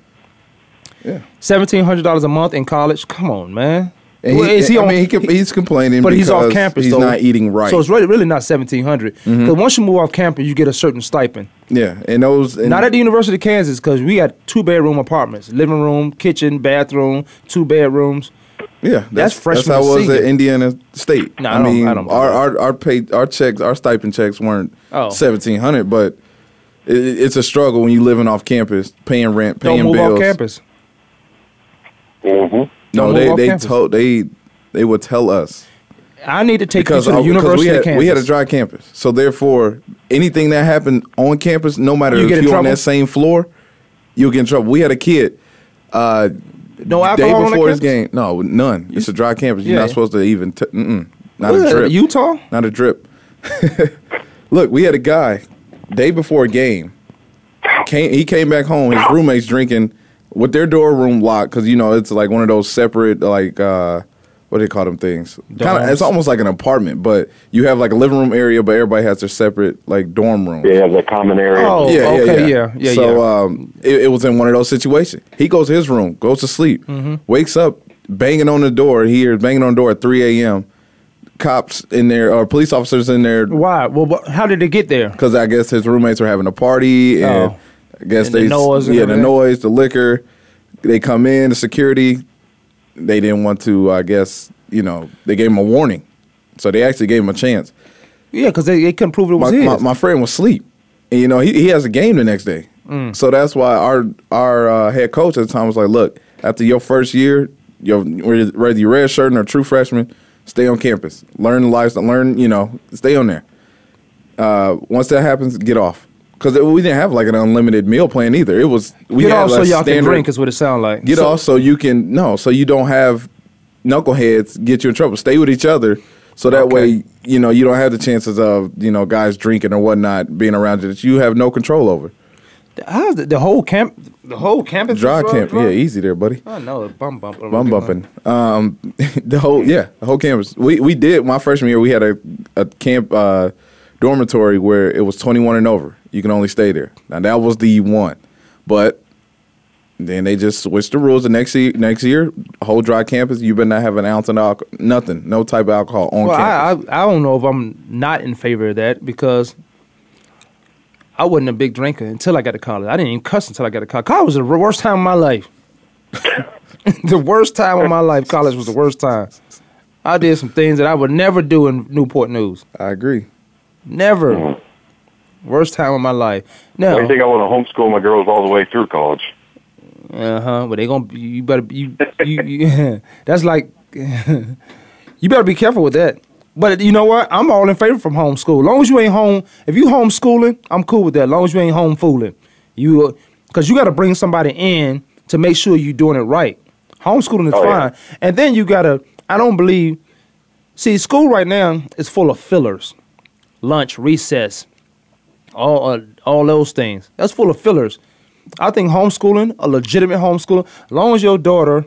Speaker 4: Yeah.
Speaker 3: Seventeen hundred dollars a month in college. Come on, man.
Speaker 4: And
Speaker 3: Well,
Speaker 4: he, I mean, he, com- he's complaining,
Speaker 3: but he's off
Speaker 4: because
Speaker 3: campus.
Speaker 4: He's
Speaker 3: though.
Speaker 4: not eating right.
Speaker 3: So it's really, really not seventeen hundred.
Speaker 4: Mhm.
Speaker 3: Because once you move off campus, you get a certain stipend.
Speaker 4: yeah, and those and
Speaker 3: not at the University of Kansas because we got two bedroom apartments, living room, kitchen, bathroom, two bedrooms.
Speaker 4: yeah,
Speaker 3: that's freshman
Speaker 4: That's how it was
Speaker 3: senior.
Speaker 4: at Indiana State.
Speaker 3: No, I
Speaker 4: I,
Speaker 3: don't-
Speaker 4: mean,
Speaker 3: I don't
Speaker 4: our our our pay our checks, our stipend checks weren't
Speaker 3: Oh.
Speaker 4: seventeen hundred, but it, it's a struggle when you're living off campus, paying rent, paying
Speaker 3: Don't move
Speaker 4: bills.
Speaker 3: off campus.
Speaker 2: Mm-hmm.
Speaker 4: No,
Speaker 3: Don't move
Speaker 4: they
Speaker 3: off
Speaker 4: they
Speaker 3: campus.
Speaker 4: told they they would tell us
Speaker 3: I need to take
Speaker 4: because
Speaker 3: you to
Speaker 4: I-
Speaker 3: the University
Speaker 4: we had
Speaker 3: of Kansas.
Speaker 4: we had a dry campus, so therefore anything that happened on campus, no matter
Speaker 3: You
Speaker 4: if
Speaker 3: get
Speaker 4: you're
Speaker 3: in
Speaker 4: on
Speaker 3: trouble?
Speaker 4: that same floor, you'll get in trouble. We had a kid. Uh,
Speaker 3: no
Speaker 4: day
Speaker 3: alcohol on the
Speaker 4: before his
Speaker 3: campus?
Speaker 4: game. No, none. It's a dry campus. You're
Speaker 3: Yeah.
Speaker 4: not supposed to even. T- mm-mm. Not
Speaker 3: What,
Speaker 4: a drip.
Speaker 3: Utah?
Speaker 4: Not a drip. Look, we had a guy day before a game. Came, he came back home. His roommates drinking with their door room locked because you know it's like one of those separate like uh, what do they call them things? Kind of,
Speaker 3: Dorms.
Speaker 4: it's almost like an apartment, but you have like a living room area, but everybody has their separate like dorm room.
Speaker 2: Yeah, that common area.
Speaker 3: Oh,
Speaker 4: yeah,
Speaker 3: okay,
Speaker 4: yeah,
Speaker 3: yeah, yeah,
Speaker 4: So
Speaker 3: yeah.
Speaker 4: Um, it, it was in one of those situations. He goes to his room, goes to sleep,
Speaker 3: Mm-hmm.
Speaker 4: wakes up, banging on the door. He hears banging on the door at 3 a.m. Cops in there, or police officers in there,
Speaker 3: Why? Well, wha- how did it get there?
Speaker 4: because I guess his roommates were having a party, and
Speaker 3: Oh.
Speaker 4: I guess
Speaker 3: And the
Speaker 4: they,
Speaker 3: noise and
Speaker 4: yeah, the
Speaker 3: everything.
Speaker 4: noise, the liquor. They come in, the security. They didn't want to, I guess, you know, they gave him a warning, so they actually gave him a chance.
Speaker 3: Yeah, because they, they couldn't prove it was
Speaker 4: My,
Speaker 3: his.
Speaker 4: my, my friend was asleep, and you know, he, he has a game the next day.
Speaker 3: Mm.
Speaker 4: So that's why our our uh, head coach at the time was like, "Look, after your first year, your whether you're red shirting or true freshman, stay on campus, learn the lifestyle, learn you know, stay on there. Uh, once that happens, get off because we didn't have like an unlimited meal plan either. It was we
Speaker 3: Get
Speaker 4: had
Speaker 3: off so
Speaker 4: like
Speaker 3: y'all can
Speaker 4: standard.
Speaker 3: drink is what it sound like.
Speaker 4: get
Speaker 3: So-
Speaker 4: off so you can no, so you don't have knuckleheads get you in trouble. Stay with each other." So that way, you know, you don't have the chances of, you know, guys drinking or whatnot being around you that you have no control over.
Speaker 3: How's the, the whole camp? The whole campus.
Speaker 4: Dry
Speaker 3: was drug
Speaker 4: camp, yeah,
Speaker 3: drunk?
Speaker 4: easy there, buddy.
Speaker 3: I know, bum bump.
Speaker 4: Bum bumping. Um, the whole yeah, the whole campus. We we did my freshman year. We had a a camp uh, dormitory where it was twenty one and over. You can only stay there. Now that was the one, but then they just switched the rules. The next year, next year, whole dry campus. You better not have an ounce of alcohol, nothing, no type of alcohol on
Speaker 3: Well,
Speaker 4: campus.
Speaker 3: I, I I don't know if I'm not in favor of that because I wasn't a big drinker until I got to college. I didn't even cuss until I got to college. College was the worst time of my life. the worst time of my life. College was the worst time. I did some things that I would never do in Newport News.
Speaker 4: I agree.
Speaker 3: Never. Worst time of my life.
Speaker 2: Why do you
Speaker 3: Now,
Speaker 2: think I want to homeschool my girls all the way through college?
Speaker 3: uh huh. But they gonna be- you better be- you you, you that's like you better be careful with that. But you know what? I'm all in favor from homeschool. Long as you ain't home, if you homeschooling, I'm cool with that. Long as you ain't home fooling, you because you got to bring somebody in to make sure you're doing it right. Homeschooling is
Speaker 10: Oh, yeah.
Speaker 3: fine, and then you gotta. I don't believe. See, school right now is full of fillers, lunch, recess, all uh, all those things. That's full of fillers. I think homeschooling, a legitimate homeschooling, as long as your daughter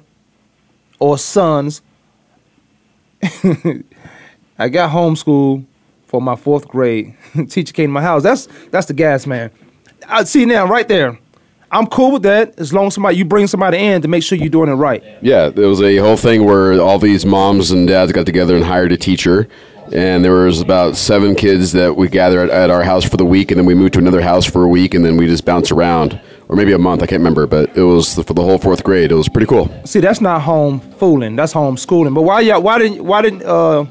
Speaker 3: or sons, I got homeschooled for my fourth grade. Teacher came to my house. That's that's the gas man. I see now right there. I'm cool with that as long as somebody you bring somebody in to make sure you're doing it right.
Speaker 10: Yeah, there was a whole thing where all these moms and dads got together and hired a teacher. And there was about seven kids that we gathered at, at our house for the week, and then we moved to another house for a week, and then we just bounce around, or maybe a month. I can't remember, but it was the, for the whole fourth grade. It was pretty cool.
Speaker 3: See, that's not home fooling. That's homeschooling. But why y'all? Why didn't? Why didn't? Uh,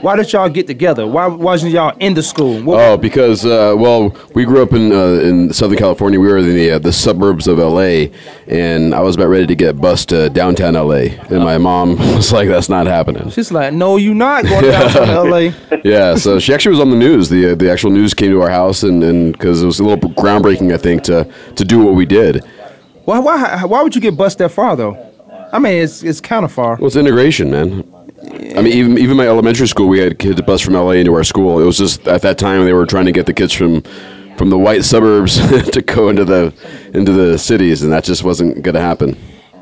Speaker 3: why did y'all get together? Why wasn't y'all in the school? What,
Speaker 10: Oh, because uh, well, we grew up in uh, in Southern California. We were in the uh, the suburbs of LA, and I was about ready to get bused to downtown LA, and my mom was like, "That's not happening."
Speaker 3: she's like, no, you not going down to L.A.
Speaker 10: yeah, so she actually was on the news. the uh, The actual news came to our house, and and because it was a little groundbreaking, I think, to to do what we did.
Speaker 3: Why? Why? Why would you get bust that far though? I mean, it's it's kind of far.
Speaker 10: Well, it's integration, man. I mean, even even my elementary school, we had kids bus from LA into our school. It was just at that time they were trying to get the kids from from the white suburbs to go into the into the cities, and that just wasn't going to happen.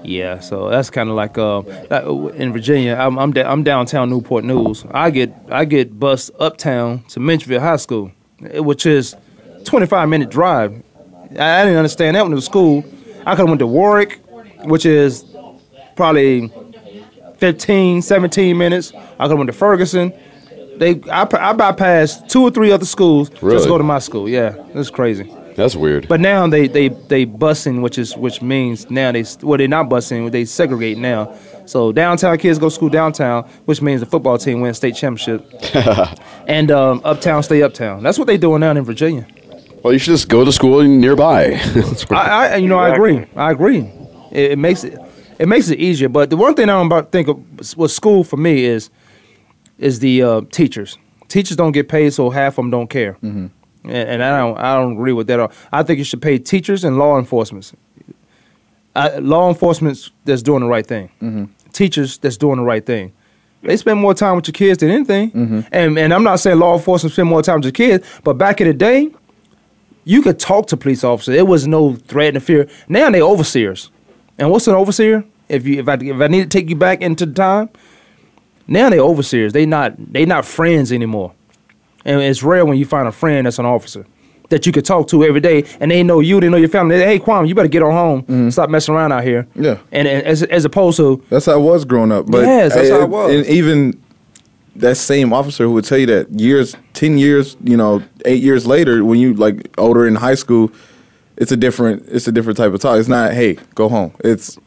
Speaker 3: Yeah, so that's kind of like uh, like, uh, in Virginia. I'm I'm, da- I'm downtown Newport News. I get I get bus uptown to Menchville High School, eh, which is 25 minute drive. I, I didn't understand that when it was school. I could have went to Warwick, which is probably 15, 17 minutes. I could have went to Ferguson. They I, I bypassed two or three other schools just
Speaker 10: Really?
Speaker 3: to go to my school. Yeah, that's crazy.
Speaker 10: That's weird.
Speaker 3: But now they they they busing, which is which means now they well they're not busing, they segregate now. So downtown kids go to school downtown, which means the football team wins state championship, and um, uptown stay uptown. That's what they doing now in Virginia.
Speaker 10: Well, you should just go to school nearby.
Speaker 3: I, I you know I agree. I agree. It, it makes it it makes it easier. But the one thing I don't about think of was school for me is is the uh, teachers. Teachers don't get paid, so half of them don't care. And, and I don't I don't agree with that. At all. I think you should pay teachers and law enforcement. I, law enforcement that's doing the right thing. Teachers that's doing the right thing. They spend more time with your kids than anything. And and I'm not saying law enforcement spend more time with your kids, but back in the day, you could talk to police officers. There was no threat and fear. Now they overseers. And what's an overseer? If you if I if I need to take you back into the time, now they overseers. They not they not friends anymore. And it's rare when you find a friend that's an officer that you could talk to every day, and they know you, they know your family. They, hey, Kwame, you better get on home. Stop messing around out here.
Speaker 4: Yeah.
Speaker 3: And, and as as opposed to
Speaker 4: That's how I was growing up. But
Speaker 3: Yes, that's
Speaker 4: I-
Speaker 3: how it was.
Speaker 4: And even that same officer who would tell you that years, ten years, you know, eight years later, when you like older in high school, it's a different, it's a different type of talk. It's not, hey, go home. It's,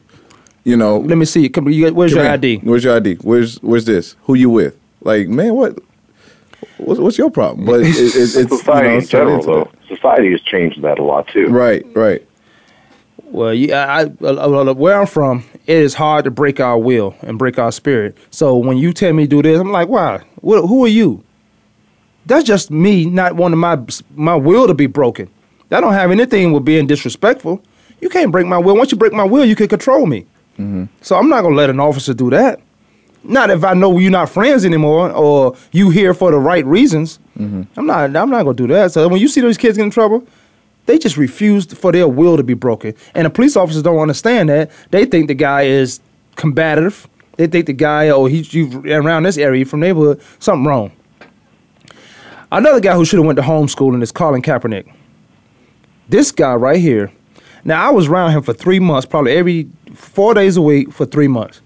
Speaker 4: you know, let
Speaker 3: me see. Come, you, where's your ID?
Speaker 4: Where's your ID? Where's where's this? Who you with? Like, man, what? What's, what's your problem? But it, it, it's you know,
Speaker 2: society in
Speaker 4: it's turned
Speaker 2: general,
Speaker 4: into
Speaker 2: though. Society has changed that a lot too.
Speaker 4: that. Right, right.
Speaker 3: Well, yeah, I, I, I- I- where I'm from, it is hard to break our will and break our spirit. So when you tell me to do this, I'm like, why? Wh- who are you? That's just me not wanting my my will to be broken. That don't have anything with being disrespectful. You can't break my will. Once you break my will, you can control me. So I'm not gonna let an officer do that. Not if I know you're not friends anymore or you here for the right reasons. I'm not. I'm not gonna do that. So when you see those kids get in trouble, they just refuse for their will to be broken. And the police officers don't understand that. They think the guy is combative. They think the guy, oh, he you ran around this area from neighborhood, something wrong. Another guy who should have went to homeschooling is Colin Kaepernick. This guy right here. Now I was around him for three months, probably every four days a week for three months.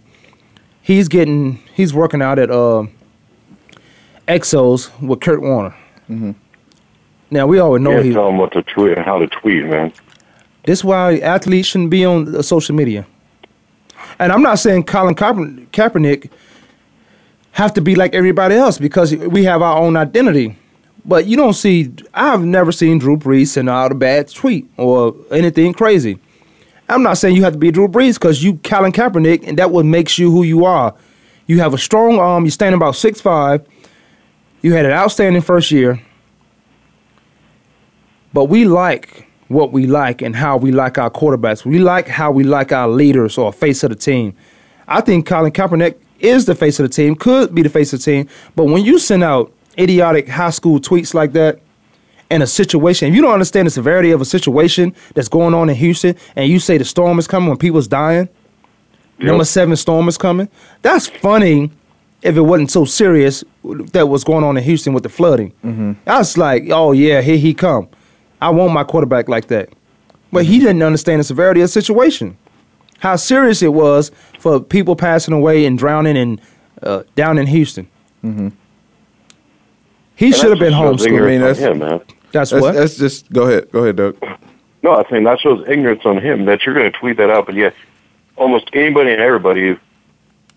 Speaker 3: He's getting, he's working out at uh, Exos with Kurt Warner. Now we already know
Speaker 2: yeah,
Speaker 3: he
Speaker 2: tell them what to tweet and how to tweet, man.
Speaker 3: This why athletes shouldn't be on uh, social media. And I'm not saying Colin Kaep- Kaepernick have to be like everybody else because we have our own identity. But you don't see. I've never seen Drew Brees send out a bad tweet or anything crazy. I'm not saying you have to be Drew Brees because you Colin Kaepernick, and that what makes you who you are. You have a strong arm. You're standing about six five. You had an outstanding first year but we like what we like and how we like our quarterbacks. We like how we like our leaders or face of the team. I think Colin Kaepernick is the face of the team, could be the face of the team. But when you send out idiotic high school tweets like that, and a situation, if you don't understand the severity of a situation that's going on in Houston, and you say the storm is coming when people's dying, number seven storm is coming, that's funny if it wasn't so serious that was going on in Houston with the flooding.
Speaker 4: Mm-hmm.
Speaker 3: I was like, oh yeah, here he come. I want my quarterback like that. But
Speaker 2: Mm-hmm.
Speaker 3: he didn't understand the severity of the situation, how serious it was for people passing away and drowning in uh, down in Houston.
Speaker 4: Mhm.
Speaker 3: He
Speaker 2: Mm-hmm. And
Speaker 3: should have
Speaker 2: that's
Speaker 3: been
Speaker 2: just
Speaker 3: homeschooled.
Speaker 2: ignorance on him, man.
Speaker 3: That's what?
Speaker 4: That's just go ahead, go ahead, Doug.
Speaker 2: No, I think that shows ignorance on him that you're going to tweet that out. But yeah, almost anybody and everybody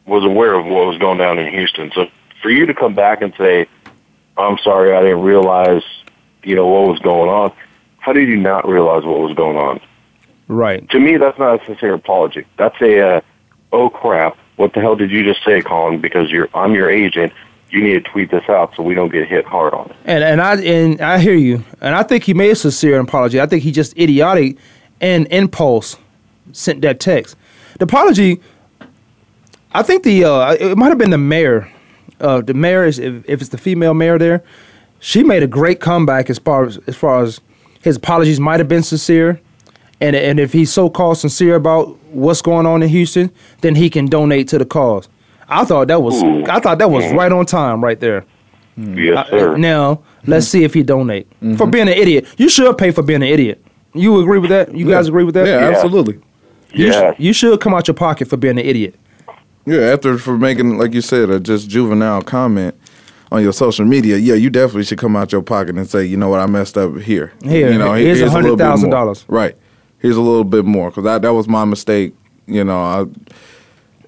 Speaker 2: was aware of what was going down in Houston. So for you to come back and say, "I'm sorry, I didn't realize," you know what was going on. How did you not realize what was going on?
Speaker 3: right.
Speaker 2: To me, that's not a sincere apology. That's a, uh, oh crap, what the hell did you just say, Colin? Because you're, I'm your agent. You need to tweet this out so we don't get hit hard on it.
Speaker 3: And and I and I hear you. And I think he made a sincere apology. I think he just idiotic and impulse sent that text. The apology. I think the uh, it might have been the mayor. Uh, the mayor is if, if it's the female mayor there, she made a great comeback as far as as far as his apologies might have been sincere. And and if he's so called sincere about what's going on in Houston, then he can donate to the cause. I thought that was I thought that was right on time right there.
Speaker 2: Yes,
Speaker 3: I-
Speaker 2: sir.
Speaker 3: Mm. Uh, now let's
Speaker 4: Mm-hmm.
Speaker 3: see if he donate for being an idiot. You should pay for being an idiot. You agree with that? You guys agree with that?
Speaker 4: Yeah, absolutely.
Speaker 3: You, sh- you should come out your pocket for being an idiot.
Speaker 4: Yeah, after for making like you said a just juvenile comment on your social media, yeah, you definitely should come out your pocket and say, you know what, I messed up here.
Speaker 3: Here,
Speaker 4: you know, he-
Speaker 3: here's
Speaker 4: a little bit more.
Speaker 3: $100,000.
Speaker 4: Right, here's a little bit more because that that was my mistake. You know, I,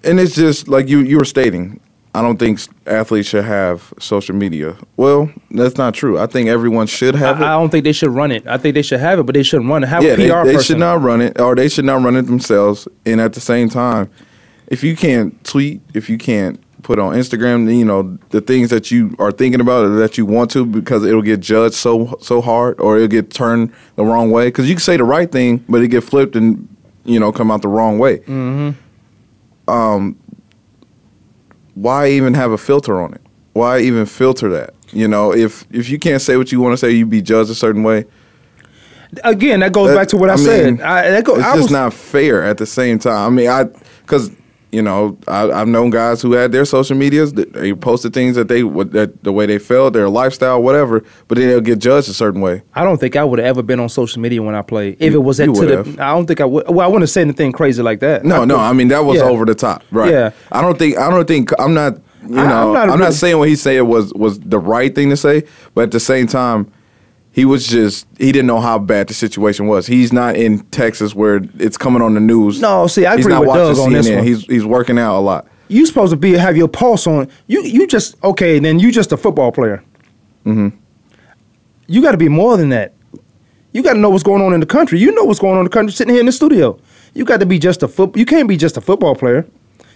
Speaker 4: and it's just like you you were stating. I don't think s- athletes should have social media. Well, that's not true. I think everyone should
Speaker 3: I,
Speaker 4: have it.
Speaker 3: I don't think they should run it. I think they should have it, but they shouldn't run it. Have
Speaker 4: yeah,
Speaker 3: a PR
Speaker 4: they, they
Speaker 3: person.
Speaker 4: should not run it, or they should not run it themselves. And at the same time, if you can't tweet, if you can't put on Instagram, then, you know the things that you are thinking about or that you want to, because it'll get judged so so hard, or it'll get turned the wrong way. Because you can say the right thing, but it get flipped and you know come out the wrong way.
Speaker 3: Mm-hmm.
Speaker 4: Um, why even have a filter on it? Why even filter that? You know, if if you can't say what you want to say, you be judged a certain way.
Speaker 3: Again, that goes back to what I, said.
Speaker 4: mean,
Speaker 3: I, that go,
Speaker 4: it's
Speaker 3: I
Speaker 4: just
Speaker 3: was,
Speaker 4: not fair. At the same time, I mean, I because you know I, I've known guys who had their social medias. that They posted things that they what- that the way they felt, their lifestyle, whatever. But then they'll get judged a certain way.
Speaker 3: I don't think I would have ever been on social media when I played. If
Speaker 4: You-
Speaker 3: it was
Speaker 4: you
Speaker 3: at to
Speaker 4: would've.
Speaker 3: the, I don't think I would. Well, I wouldn't have said anything crazy like that.
Speaker 4: No, no.
Speaker 3: could-
Speaker 4: I mean, that was
Speaker 3: Yeah.
Speaker 4: over the top, right?
Speaker 3: Yeah.
Speaker 4: I don't think. I don't think. I'm not. You know,
Speaker 3: I-
Speaker 4: I,
Speaker 3: I'm
Speaker 4: am
Speaker 3: not
Speaker 4: not,
Speaker 3: really-
Speaker 4: saying what he said was was the right thing to say, but at the same time, he was just he didn't know how bad the situation was. He's not in Texas where it's coming on the news.
Speaker 3: No, see, I
Speaker 4: he's
Speaker 3: agree
Speaker 4: not
Speaker 3: with
Speaker 4: watching
Speaker 3: Doug on this
Speaker 4: CNN.
Speaker 3: one.
Speaker 4: He's he's working out a lot.
Speaker 3: You supposed to be have your pulse on. You you just okay. Then you just a football player.
Speaker 4: Mm-hmm.
Speaker 3: You got to be more than that. You got to know what's going on in the country. You know what's going on in the country sitting here in the studio. You got to be just a foot. You can't be just a football player.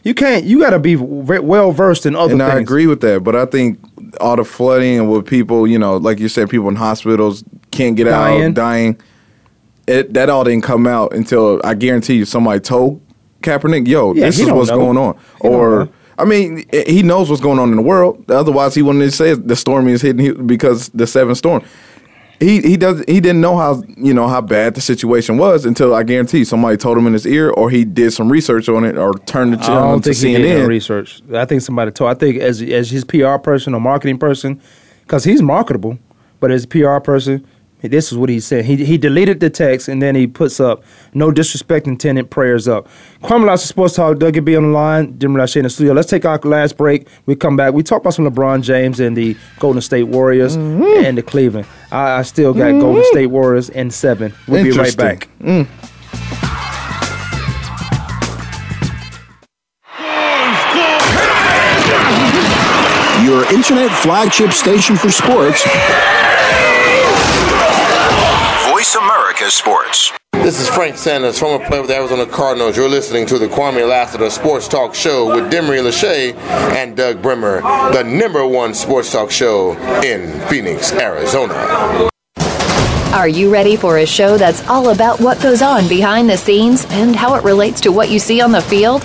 Speaker 3: You can't. You got to be well versed in other
Speaker 4: and
Speaker 3: things.
Speaker 4: I agree with that, but I think all the flooding and what people, you know, like you said, people in hospitals can't get
Speaker 3: Dying.
Speaker 4: out, dying. It, that all didn't come out until I guarantee you somebody told Kaepernick, "Yo,
Speaker 3: Yeah,
Speaker 4: this
Speaker 3: he
Speaker 4: is
Speaker 3: don't
Speaker 4: what's
Speaker 3: know.
Speaker 4: going on."
Speaker 3: He don't
Speaker 4: Or I mean, i- he knows what's going on in the world. Otherwise, he wouldn't say the storm is hitting Hu- because the seventh storm. He he does he didn't know how you know how bad the situation was until I guarantee you somebody told him in his ear or he did some research on it or turned the
Speaker 3: I
Speaker 4: channel
Speaker 3: don't
Speaker 4: to
Speaker 3: think he
Speaker 4: CNN.
Speaker 3: did no research. I think somebody told. I think as as his PR person or marketing person, because he's marketable, but as a PR person, this is what he said. He he deleted the text and then he puts up no disrespect intended prayers up. Kwame Lasseter Sports Talk. Doug B on the line. Jim Lachey in the studio. Let's take our last break. We come back. We talk about some LeBron James and the Golden State Warriors and the Cleveland. I, I still got Golden
Speaker 4: Mhm.
Speaker 3: State Warriors in seven. We'll be right
Speaker 4: Interesting.
Speaker 3: back.
Speaker 4: Mm.
Speaker 5: Your internet flagship station for sports.
Speaker 11: Voice America Sports.
Speaker 12: This is Frank Sanders, former player with the Arizona Cardinals. You're listening to the Kwame Lassiter Sports Talk Show with Demery Lachey and Doug Bremer, the number one sports talk show in Phoenix, Arizona.
Speaker 13: Are you ready for a show that's all about what goes on behind the scenes and how it relates to what you see on the field?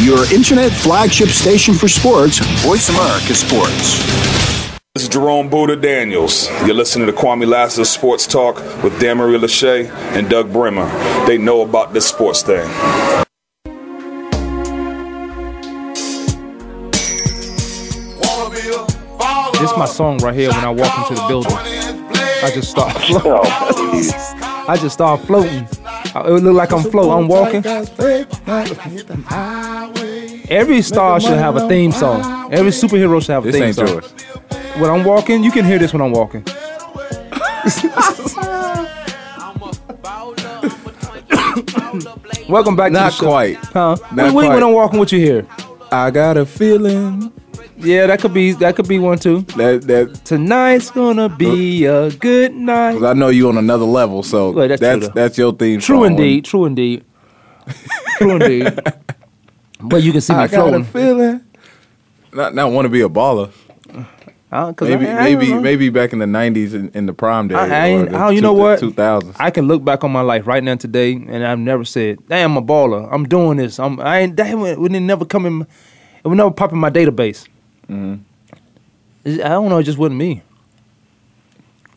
Speaker 5: Your internet flagship station for sports,
Speaker 11: Voice America Sports.
Speaker 14: This is Jerome Buddha Daniels. You're listening to Kwame Lasseter Sports Talk with Dan Marie Lachey and Doug Bremer. They know about this sports thing.
Speaker 3: This my song right here when I walk into the building. I just start floating. I just start floating. I- It look like I'm floating. I'm walking. Every star should have a theme song. Every superhero should have a
Speaker 4: This
Speaker 3: theme
Speaker 4: ain't
Speaker 3: song.
Speaker 4: yours.
Speaker 3: When I'm walking, you can hear this when I'm walking. Welcome back
Speaker 4: Not
Speaker 3: to the show.
Speaker 4: quite.
Speaker 3: Huh?
Speaker 4: Not
Speaker 3: Wait, wait,
Speaker 4: quite.
Speaker 3: when I'm walking with you here. I got a feeling. Yeah, that could be that could be one too.
Speaker 4: That that
Speaker 3: tonight's gonna be a good night.
Speaker 4: 'Cause I know you on another level, so
Speaker 3: Well, that's
Speaker 4: that's
Speaker 3: true,
Speaker 4: that's,
Speaker 3: though.
Speaker 4: your theme.
Speaker 3: True
Speaker 4: song.
Speaker 3: indeed, true indeed. True indeed. But you can see me
Speaker 4: I got a
Speaker 3: floating.
Speaker 4: feeling. Not not want to be a baller.
Speaker 3: Uh, 'cause I-
Speaker 4: Maybe
Speaker 3: I don't
Speaker 4: maybe
Speaker 3: know.
Speaker 4: maybe back in the '90s in, in the prime days.
Speaker 3: I, I
Speaker 4: or
Speaker 3: ain't,
Speaker 4: the
Speaker 3: oh, you
Speaker 4: two-
Speaker 3: know what?
Speaker 4: Two thousands.
Speaker 3: I can look back on my life right now today, and I've never said, "Damn, I'm a baller. I'm doing this. I'm." I ain't. That would would never come in. It would never pop in my database.
Speaker 4: Mm-hmm.
Speaker 3: It's- I don't know. It just wasn't me.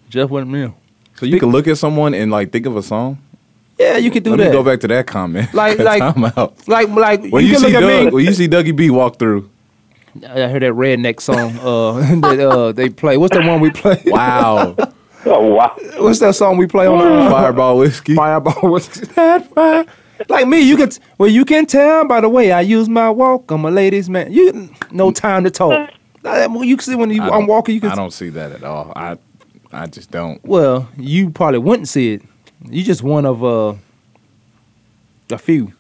Speaker 3: Just wasn't me.
Speaker 4: So you can look at someone and like think of a song.
Speaker 3: Yeah, you could do
Speaker 4: Let
Speaker 3: that.
Speaker 4: me go back to that comment.
Speaker 3: Like-
Speaker 4: 'cause
Speaker 3: like-
Speaker 4: I'm out.
Speaker 3: Like, like
Speaker 4: When you,
Speaker 3: can
Speaker 4: see
Speaker 3: look at
Speaker 4: Doug,
Speaker 3: me.
Speaker 4: when you see Dougie B walk through,
Speaker 3: I heard that redneck song uh, that uh, they play. What's that one we play?
Speaker 4: Wow.
Speaker 3: oh wow. What's that song we play on uh,
Speaker 4: Fireball whiskey?
Speaker 3: Fireball whiskey. That fire. Like me, you can t- well you can tell by the way I use my walk. I'm a ladies man. You no time to talk. Uh, well, You can see when you,
Speaker 4: I
Speaker 3: I'm
Speaker 4: don't-
Speaker 3: walking. You can.
Speaker 4: I don't see that at all. I I just don't.
Speaker 3: Well, you probably wouldn't see it. You just one of uh, a few.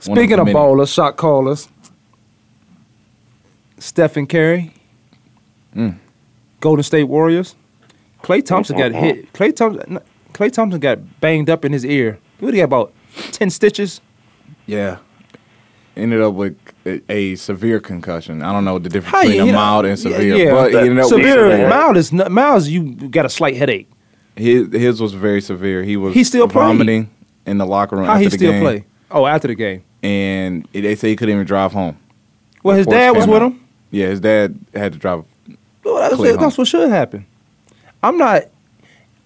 Speaker 3: Speaking
Speaker 4: the
Speaker 3: of,
Speaker 4: many.
Speaker 3: ballers, shot callers, Stephen Curry,
Speaker 4: Mm.
Speaker 3: Golden State Warriors. Clay Thompson got hit. Clay Thompson. Clay Thompson got banged up in his ear. What he got about ten stitches?
Speaker 4: Yeah. Ended up with a, a severe concussion. I don't know the difference
Speaker 3: How you-
Speaker 4: between
Speaker 3: you
Speaker 4: a
Speaker 3: know-
Speaker 4: mild and
Speaker 3: Yeah,
Speaker 4: severe,
Speaker 3: yeah.
Speaker 4: but he ended up with
Speaker 3: severe. Mild is not, mild. Is you got a slight headache.
Speaker 4: His, his was very severe. He was
Speaker 3: He still played.
Speaker 4: vomiting in the locker room.
Speaker 3: How
Speaker 4: after
Speaker 3: he
Speaker 4: the
Speaker 3: still
Speaker 4: game,
Speaker 3: play? Oh, after the game.
Speaker 4: And it- they say he couldn't even drive home.
Speaker 3: Well, his
Speaker 4: Reports
Speaker 3: dad was
Speaker 4: came
Speaker 3: with
Speaker 4: out.
Speaker 3: him.
Speaker 4: Yeah, his dad had to drive.
Speaker 3: Well, that's,
Speaker 4: Clay
Speaker 3: what- that's
Speaker 4: Thompson.
Speaker 3: what should happen. I'm not.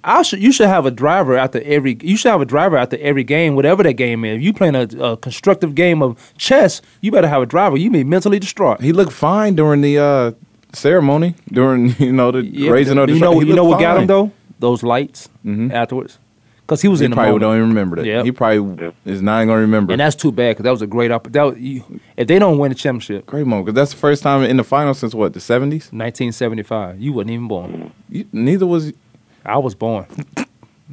Speaker 3: I should. You should have a driver after every. You should have a driver after every game, whatever that game is. If you playing a, a constructive game of chess, you better have a driver. You be mentally distraught.
Speaker 4: He looked fine during the uh, ceremony, during you know the
Speaker 3: Yeah,
Speaker 4: raising of the.
Speaker 3: you know,
Speaker 4: he
Speaker 3: you know
Speaker 4: looked
Speaker 3: what got him
Speaker 4: fine. Mm-hmm.
Speaker 3: though? Those lights afterwards, because he was
Speaker 4: He
Speaker 3: in the
Speaker 4: probably
Speaker 3: moment.
Speaker 4: don't even remember that.
Speaker 3: Yep.
Speaker 4: He probably is not going to remember.
Speaker 3: and that's too bad because that was a great opportunity. That was, you, if they don't win the championship,
Speaker 4: great moment because that's the first time in the final since what the seventies.
Speaker 3: 1975, you wasn't even born.
Speaker 4: You, neither was.
Speaker 3: I was born.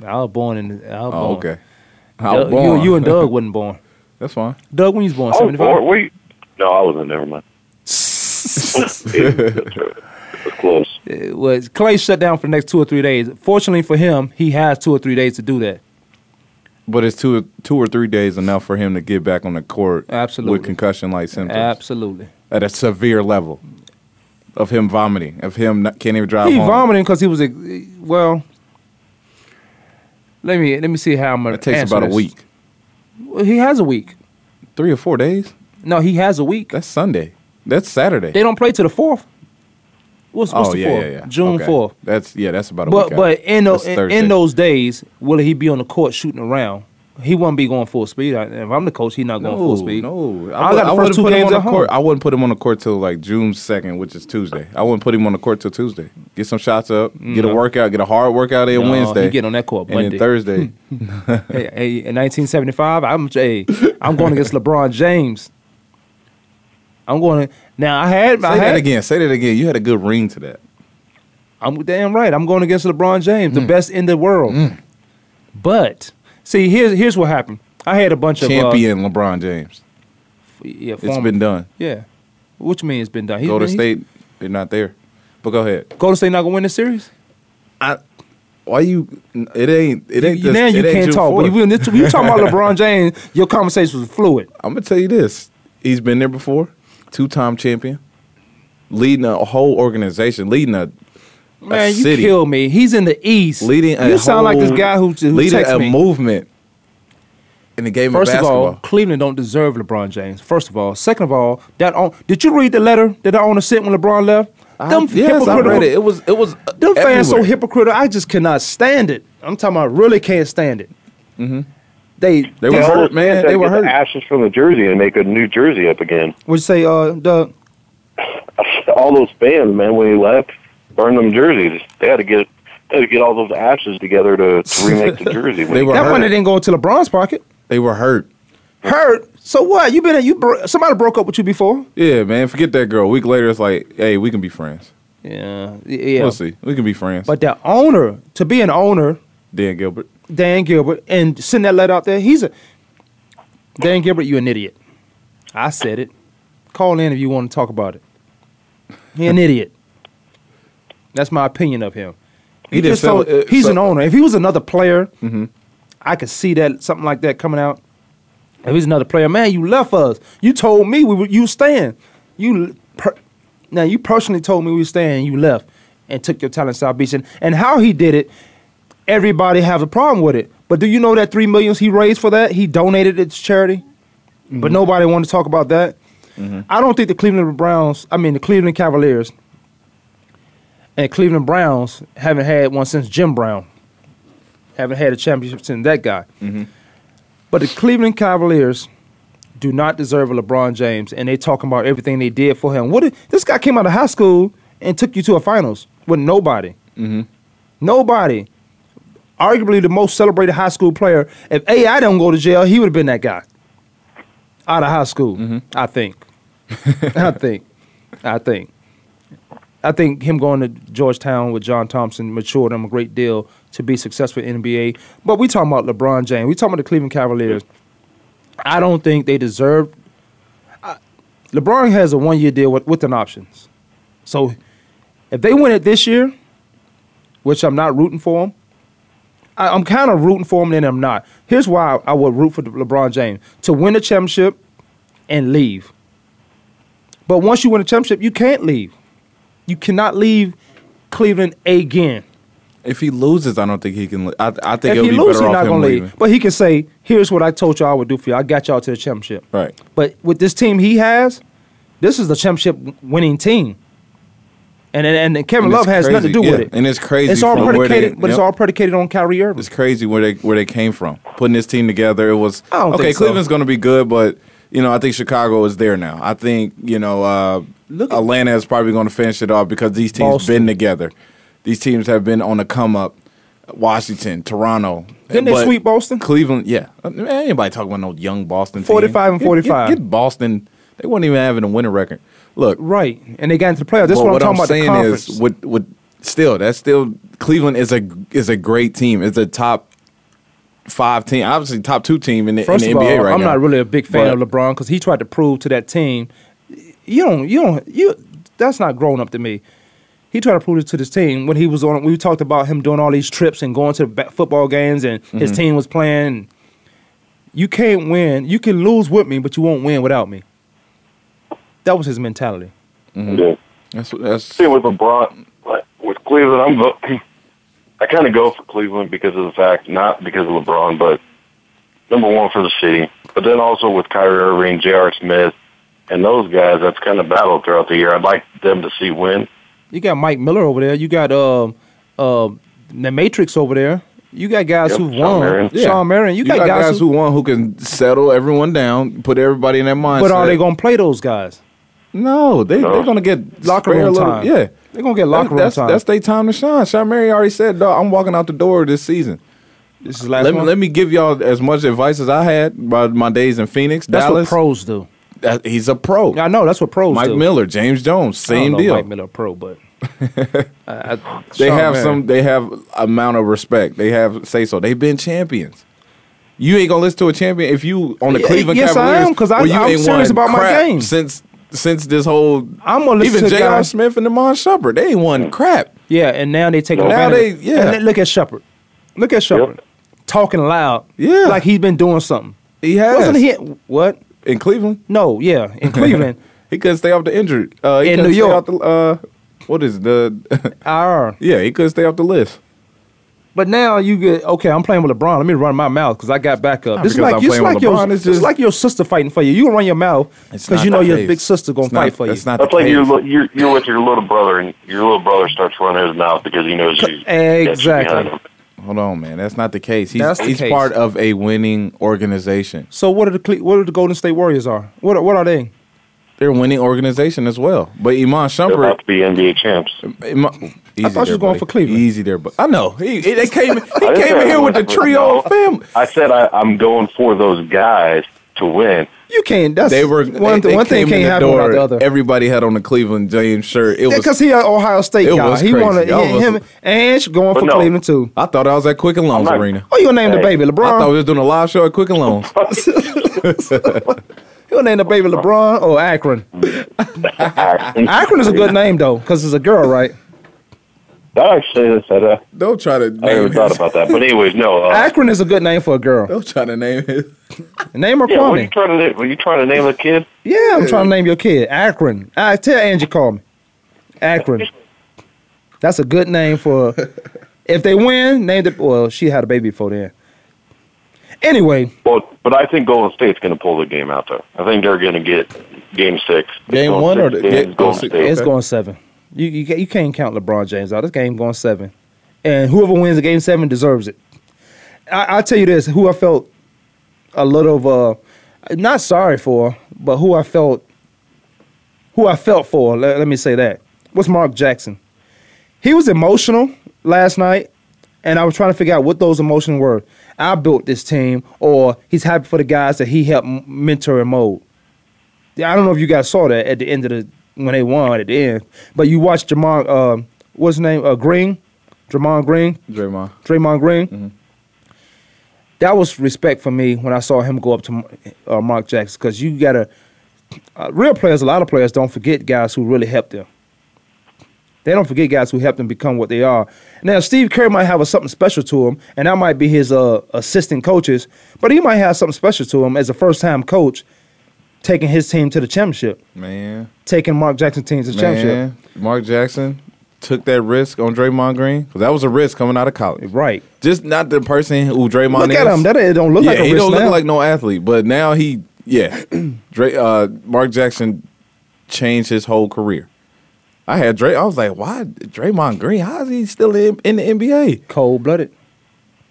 Speaker 3: I was born in. the- I was
Speaker 4: Oh,
Speaker 3: born.
Speaker 4: okay. I was
Speaker 3: Doug,
Speaker 4: born.
Speaker 3: You, you and Doug wasn't born.
Speaker 4: That's fine.
Speaker 3: Doug, when you was born,
Speaker 2: Oh, boy,
Speaker 3: 75?
Speaker 2: wait. No, I wasn't. Never mind. close.
Speaker 3: It was Clay shut down for the next two or three days. Fortunately for him, he has two or three days to do that.
Speaker 4: But it's two, two or three days enough for him to get back on the court.
Speaker 3: Absolutely.
Speaker 4: With concussion like symptoms
Speaker 3: Absolutely.
Speaker 4: at a severe level of him vomiting, of him not, can't even drive
Speaker 3: he
Speaker 4: home.
Speaker 3: vomiting because he was ex- well. Let me let me see how I'm gonna.
Speaker 4: It takes
Speaker 3: answer
Speaker 4: about a
Speaker 3: this.
Speaker 4: week,
Speaker 3: Well, He has a week.
Speaker 4: three or four days.
Speaker 3: No, he has a week.
Speaker 4: That's Sunday. That's Saturday.
Speaker 3: They don't play till the fourth. What's, what's
Speaker 4: oh,
Speaker 3: the
Speaker 4: yeah,
Speaker 3: fourth?
Speaker 4: yeah, yeah.
Speaker 3: June
Speaker 4: Okay.
Speaker 3: 4th.
Speaker 4: That's yeah, that's about a
Speaker 3: But
Speaker 4: week.
Speaker 3: but
Speaker 4: out.
Speaker 3: in, tho-
Speaker 4: That's
Speaker 3: in,
Speaker 4: Thursday.
Speaker 3: in those days, will he be on the court shooting around? He won't be going full speed. I- If I'm the coach, he's not going full speed.
Speaker 4: No,
Speaker 3: I,
Speaker 4: would-
Speaker 3: got the
Speaker 4: wouldn't
Speaker 3: first two
Speaker 4: put him
Speaker 3: games
Speaker 4: on
Speaker 3: at
Speaker 4: the court.
Speaker 3: home.
Speaker 4: I wouldn't put him on the court till like June second, which is Tuesday. I wouldn't put him on the court till Tuesday. Get some shots up, get a
Speaker 3: No.
Speaker 4: workout, get a hard workout in
Speaker 3: No,
Speaker 4: Wednesday.
Speaker 3: he get on that court
Speaker 4: and
Speaker 3: Monday.
Speaker 4: then Thursday.
Speaker 3: hey, hey, in 1975, I'm hey, I'm going against LeBron James. I'm going now. I had I
Speaker 4: Say
Speaker 3: had
Speaker 4: that again. Say that again. You had a good ring to that.
Speaker 3: I'm damn right. I'm going against LeBron James,
Speaker 4: Mm.
Speaker 3: the best in the world. But see, here's here's what happened. I had a bunch of uh,
Speaker 4: Champion LeBron James.
Speaker 3: yeah,
Speaker 4: It's
Speaker 3: former-
Speaker 4: been done.
Speaker 3: Yeah, which means it's been done. He's
Speaker 4: Go to
Speaker 3: been- he's-
Speaker 4: state. They're not there. But go ahead.
Speaker 3: Golden State not gonna win the series.
Speaker 4: I. Why you? It ain't. It ain't.
Speaker 3: You-
Speaker 4: this-
Speaker 3: now you
Speaker 4: it ain't
Speaker 3: can't
Speaker 4: June
Speaker 3: talk. But
Speaker 4: 4th.
Speaker 3: you, when you talking about LeBron James, your conversation was fluid.
Speaker 4: I'm gonna tell you this. He's been there before. Two time champion. Leading a whole organization. Leading a a
Speaker 3: Man, you
Speaker 4: city.
Speaker 3: kill me. He's in the East.
Speaker 4: Leading. A
Speaker 3: you sound like this
Speaker 4: whole-
Speaker 3: guy who, who
Speaker 4: leading
Speaker 3: texts
Speaker 4: a
Speaker 3: me.
Speaker 4: movement. In the game
Speaker 3: First
Speaker 4: of
Speaker 3: of
Speaker 4: basketball.
Speaker 3: all, Cleveland don't deserve LeBron James. First of all, second of all, that on, did you read the letter that the owner sent when LeBron left? Them
Speaker 4: yes, I
Speaker 3: hypocritical-
Speaker 4: read it. It was. It was. uh,
Speaker 3: Them fans so
Speaker 4: everywhere.
Speaker 3: hypocritical. I just cannot stand it. I'm talking about really can't stand it.
Speaker 4: Mm-hmm.
Speaker 3: They
Speaker 2: They were hurt, man. They were hurt. Ashes from the jersey and make a new jersey up again.
Speaker 3: Would you say, uh, Doug?
Speaker 2: All those fans, man, when he left, burned them jerseys. They had to get they had to get all those ashes together to, to remake the jersey.
Speaker 3: that money didn't go into LeBron's pocket.
Speaker 4: They were hurt.
Speaker 3: Hurt. So what? You been a- you bro- somebody broke up with you before?
Speaker 4: Yeah, man. Forget that girl. A week later, it's like, hey, we can be friends.
Speaker 3: Yeah, yeah.
Speaker 4: We'll see. We can be friends.
Speaker 3: But the owner, to be an owner,
Speaker 4: Dan Gilbert.
Speaker 3: Dan Gilbert, and send that letter out there, he's a Dan Gilbert, you an idiot. I said it. Call in if you want to talk about it. He an idiot. That's my opinion of him.
Speaker 4: He
Speaker 3: He
Speaker 4: didn't
Speaker 3: just
Speaker 4: sell-
Speaker 3: so-
Speaker 4: uh,
Speaker 3: he's
Speaker 4: so- Mm-hmm.
Speaker 3: an owner. If he was another player, I could see that something like that coming out. If he's another player, man, you left us. You told me we were, you staying. You l- per, now you personally told me we were staying. And you left and took your talent to South Beach, and, and how he did it, everybody have a problem with it. But do you know that three millions he raised for that he donated it to charity?
Speaker 4: Mm-hmm.
Speaker 3: But nobody wanted to talk about that. I don't think the Cleveland Browns, I mean the Cleveland Cavaliers, and Cleveland Browns haven't had one since Jim Brown. Haven't had a championship since that guy. But the Cleveland Cavaliers do not deserve a LeBron James, and they talking about everything they did for him. What did, this guy came out of high school and took you to a finals with nobody, nobody. Arguably the most celebrated high school player. If AI don't go to jail, he would have been that guy out of high school. I think. I think. I think. I think him going to Georgetown with John Thompson matured him a great deal to be successful in NBA. But we talking about LeBron James. We talking about the Cleveland Cavaliers. I don't think they deserve. I, LeBron has a one year deal with, with an options. So if they win it this year, which I'm not rooting for them, I, I'm kind of rooting for him, and I'm not. Here's why I, I would root for LeBron James to win a championship and leave. But once you win a championship, you can't leave. You cannot leave Cleveland again.
Speaker 4: If he loses, I don't think he can. li- I, I think
Speaker 3: if
Speaker 4: it'll
Speaker 3: he
Speaker 4: be
Speaker 3: loses,
Speaker 4: better
Speaker 3: he's not
Speaker 4: off him
Speaker 3: gonna leave.
Speaker 4: leaving.
Speaker 3: But he can say, "Here's what I told y'all I would do for you. I got y'all to the championship."
Speaker 4: Right.
Speaker 3: But with this team he has, this is the championship w- winning team. And and, and Kevin
Speaker 4: And
Speaker 3: Love
Speaker 4: it's
Speaker 3: has nothing to do
Speaker 4: crazy,
Speaker 3: with
Speaker 4: yeah.
Speaker 3: it.
Speaker 4: And it's crazy
Speaker 3: It's all
Speaker 4: from where they-
Speaker 3: predicated, but it's
Speaker 4: yep.
Speaker 3: all predicated on Kyrie Irving.
Speaker 4: It's crazy where they where they came from. Putting this team together, it was
Speaker 3: I don't
Speaker 4: okay.
Speaker 3: think so.
Speaker 4: Cleveland's going to be good, but you know I think Chicago is there now. I think you know uh, Atlanta is probably going to finish it off because these teams
Speaker 3: Boston.
Speaker 4: been together. These teams have been on the come up. Washington, Toronto.
Speaker 3: Didn't they
Speaker 4: But
Speaker 3: sweep Boston?
Speaker 4: Cleveland, yeah. Uh, man, Anybody talking about no young Boston? team.
Speaker 3: 45 and
Speaker 4: Get- get-
Speaker 3: 45.
Speaker 4: Get, Boston. They weren't even having a winning record. Look,
Speaker 3: right. And they got into the playoffs. That's
Speaker 4: But
Speaker 3: what I'm talking about. The
Speaker 4: saying
Speaker 3: conference.
Speaker 4: is, with with still, that's still Cleveland is a is a great team. It's a top five team, obviously top two team in the, in
Speaker 3: First
Speaker 4: the
Speaker 3: of
Speaker 4: NBA
Speaker 3: all,
Speaker 4: right
Speaker 3: I'm
Speaker 4: now.
Speaker 3: not really a big fan
Speaker 4: But
Speaker 3: of LeBron because he tried to prove to that team, you don't, you don't, you. That's not grown up to me. He tried to prove it to this team when he was on. We talked about him doing all these trips and going to the ba- football games, and his
Speaker 4: Mhm.
Speaker 3: team was playing. You can't win. You can lose with me, but you won't win without me. That was his mentality.
Speaker 2: Yeah.
Speaker 4: That's that's
Speaker 2: same with LeBron. Like, With Cleveland, I'm go- I kind of go for Cleveland because of the fact, not because of LeBron, but number one for the city. But then also with Kyrie Irving, J.R. Smith, and those guys, that's kind of battled throughout the year. I'd like them to see win.
Speaker 3: You got Mike Miller over there. You got uh, uh, the Matrix over there. You got guys
Speaker 4: Yep,
Speaker 3: who
Speaker 4: Sean
Speaker 3: won.
Speaker 4: Marion. Yeah.
Speaker 3: Sean Marion. You, got, guys, who,
Speaker 4: won who can settle everyone down, put everybody in that mindset.
Speaker 3: But are they gonna play those guys?
Speaker 4: No, they they're gonna get
Speaker 3: locker
Speaker 4: spare
Speaker 3: room
Speaker 4: a little-
Speaker 3: time.
Speaker 4: Yeah,
Speaker 3: they're gonna get locker room
Speaker 4: that's,
Speaker 3: time.
Speaker 4: That's their time to shine. Sean Mary already said, "Dog, I'm walking out the door this season."
Speaker 3: This is last
Speaker 4: let me
Speaker 3: one?
Speaker 4: let me give y'all as much advice as I had about my days in Phoenix,
Speaker 3: That's what
Speaker 4: Dallas.
Speaker 3: pros do.
Speaker 4: That, he's a pro.
Speaker 3: I know that's what pros
Speaker 4: Mike
Speaker 3: do.
Speaker 4: Miller, James Jones,
Speaker 3: I don't
Speaker 4: same
Speaker 3: know
Speaker 4: deal.
Speaker 3: Mike Miller pro, but I, I-
Speaker 4: they
Speaker 3: Sean
Speaker 4: have
Speaker 3: Marion.
Speaker 4: some. They have amount of respect. They have say so. They've been champions. You ain't gonna listen to a champion if you on the
Speaker 3: Yeah,
Speaker 4: Cleveland
Speaker 3: yes, I
Speaker 4: Cavaliers.
Speaker 3: am, 'cause I-
Speaker 4: where you
Speaker 3: I'm
Speaker 4: ain't
Speaker 3: serious
Speaker 4: won
Speaker 3: about my
Speaker 4: crap
Speaker 3: game.
Speaker 4: since since this whole.
Speaker 3: I'm gonna listen
Speaker 4: even
Speaker 3: to
Speaker 4: J.R.
Speaker 3: guys-
Speaker 4: Smith and Demond Shumpert. They ain't won crap.
Speaker 3: Yeah, and now they take
Speaker 4: Now
Speaker 3: advantage.
Speaker 4: they- yeah.
Speaker 3: And then look at Shepard. Look at Shepard talking loud. Yeah, like he's been doing something.
Speaker 4: He has.
Speaker 3: Wasn't he? What
Speaker 4: in Cleveland?
Speaker 3: No, yeah, in Cleveland.
Speaker 4: he couldn't stay off the injured. Uh, he
Speaker 3: In
Speaker 4: couldn't
Speaker 3: New
Speaker 4: stay
Speaker 3: York.
Speaker 4: off the, uh, what is it, the
Speaker 3: IR?
Speaker 4: Yeah, he couldn't stay off the list.
Speaker 3: But now you get okay. I'm playing with LeBron. Let me run my mouth because I got back up.
Speaker 4: Not
Speaker 3: This is
Speaker 4: because
Speaker 3: like
Speaker 4: I'm
Speaker 3: this is
Speaker 4: playing with
Speaker 3: like your
Speaker 4: LeBron, it's
Speaker 3: this is
Speaker 4: just-
Speaker 3: like your sister fighting for you. You gonna run your mouth because
Speaker 4: not
Speaker 3: you know
Speaker 4: the
Speaker 3: your
Speaker 4: case.
Speaker 3: big sister gonna
Speaker 4: It's not-
Speaker 3: fight for you.
Speaker 4: that's not
Speaker 2: That's like you're, li- you're you're with your little brother, and your little brother starts running his mouth because he knows he's behind him.
Speaker 4: Hold on, man. That's not the case. He's,
Speaker 3: That's the
Speaker 4: he's
Speaker 3: case.
Speaker 4: part of a winning organization.
Speaker 3: So what are the Cle- what are the Golden State Warriors are? What are- what are they?
Speaker 4: They're a winning organization as well. But Iman Shumpert.
Speaker 2: They're about to be NBA champs.
Speaker 4: I
Speaker 2: thought you was going for
Speaker 4: Cleveland. Easy there, but I know he, he- they came. He
Speaker 2: I didn't
Speaker 4: came
Speaker 2: say
Speaker 4: in
Speaker 2: I
Speaker 4: here with the
Speaker 2: went for-
Speaker 4: trio
Speaker 2: no.
Speaker 4: of family.
Speaker 2: I said I, I'm going for those guys to win.
Speaker 3: You can't. That's
Speaker 4: They were
Speaker 3: one.
Speaker 4: they-
Speaker 3: one
Speaker 4: they
Speaker 3: thing
Speaker 4: came
Speaker 3: can't
Speaker 4: in the
Speaker 3: happen
Speaker 4: door,
Speaker 3: without the other.
Speaker 4: Everybody had on a Cleveland James shirt. It was
Speaker 3: Because he an Ohio State
Speaker 4: it
Speaker 3: guy.
Speaker 4: was
Speaker 3: He
Speaker 4: crazy.
Speaker 3: wanted
Speaker 4: Y'all
Speaker 3: yeah,
Speaker 4: was-
Speaker 3: him and sh- going
Speaker 4: But
Speaker 3: for
Speaker 4: no.
Speaker 3: Cleveland too.
Speaker 4: I thought I was at Quick and Loans
Speaker 3: I'm not-
Speaker 4: Arena.
Speaker 3: Oh, you gonna name the baby LeBron?
Speaker 4: I thought we was doing a live show at Quick and Loans.
Speaker 3: He'll name the baby LeBron or Akron. Akron is a good name though, because it's a girl, right?
Speaker 2: That actually said that.
Speaker 4: Don't try to.
Speaker 2: I never thought about that. But anyways, no. Uh,
Speaker 3: Akron is a good name for a girl.
Speaker 4: Don't try to name it.
Speaker 3: Name her
Speaker 2: yeah, what are you
Speaker 3: Kwame.
Speaker 2: trying to name? Were you trying to name a kid?
Speaker 3: Yeah, I'm trying to name your kid Akron. I tell Angie call me Akron. That's a good name for. If they win, name the. Well, she had a baby before then. Anyway,
Speaker 2: Well, but I think Golden State's going to pull the game out though. I think they're going to get Game Six.
Speaker 3: Game
Speaker 2: Golden
Speaker 3: one or
Speaker 2: State
Speaker 3: the-
Speaker 2: games,
Speaker 3: yeah,
Speaker 2: Golden State.
Speaker 3: it's going seven. You, you ca- you can't count LeBron James out. This game going seven, and whoever wins the game seven deserves it. I, I'll tell you this: who I felt a little of, uh, not sorry for, but who I felt, who I felt for. Let, let me say that was Mark Jackson. He was emotional last night, and I was trying to figure out what those emotions were. I built this team, or he's happy for the guys that he helped m- mentor and mold. Yeah, I don't know if you guys saw that at the end of the when they won at the end, but you watched Jamon, uh, what's his name, uh, Green, Jamon Green,
Speaker 4: Draymond.
Speaker 3: Draymond Green.
Speaker 4: Mm-hmm.
Speaker 3: That was respect for me when I saw him go up to uh, Mark Jackson because you gotta uh, real players. A lot of players don't forget guys who really helped them. They don't forget guys who helped them become what they are. Now Steve Kerr might have a, something special to him, and that might be his uh, assistant coaches, but he might have something special to him as a first time coach taking his team to the championship,
Speaker 4: Man,
Speaker 3: taking Mark Jackson's team to the championship.
Speaker 4: man, Mark Jackson took that risk on Draymond Green because that was a risk coming out of college.
Speaker 3: Right.
Speaker 4: Just not the person who Draymond
Speaker 3: Look
Speaker 4: is.
Speaker 3: at him. That it don't look
Speaker 4: yeah,
Speaker 3: like a
Speaker 4: he
Speaker 3: risk
Speaker 4: don't
Speaker 3: now.
Speaker 4: look like no athlete, but now he, yeah, Dray, uh, Mark Jackson changed his whole career. I had Dray. I was like, why Draymond Green? How is he still in, in the NBA?
Speaker 3: Cold blooded.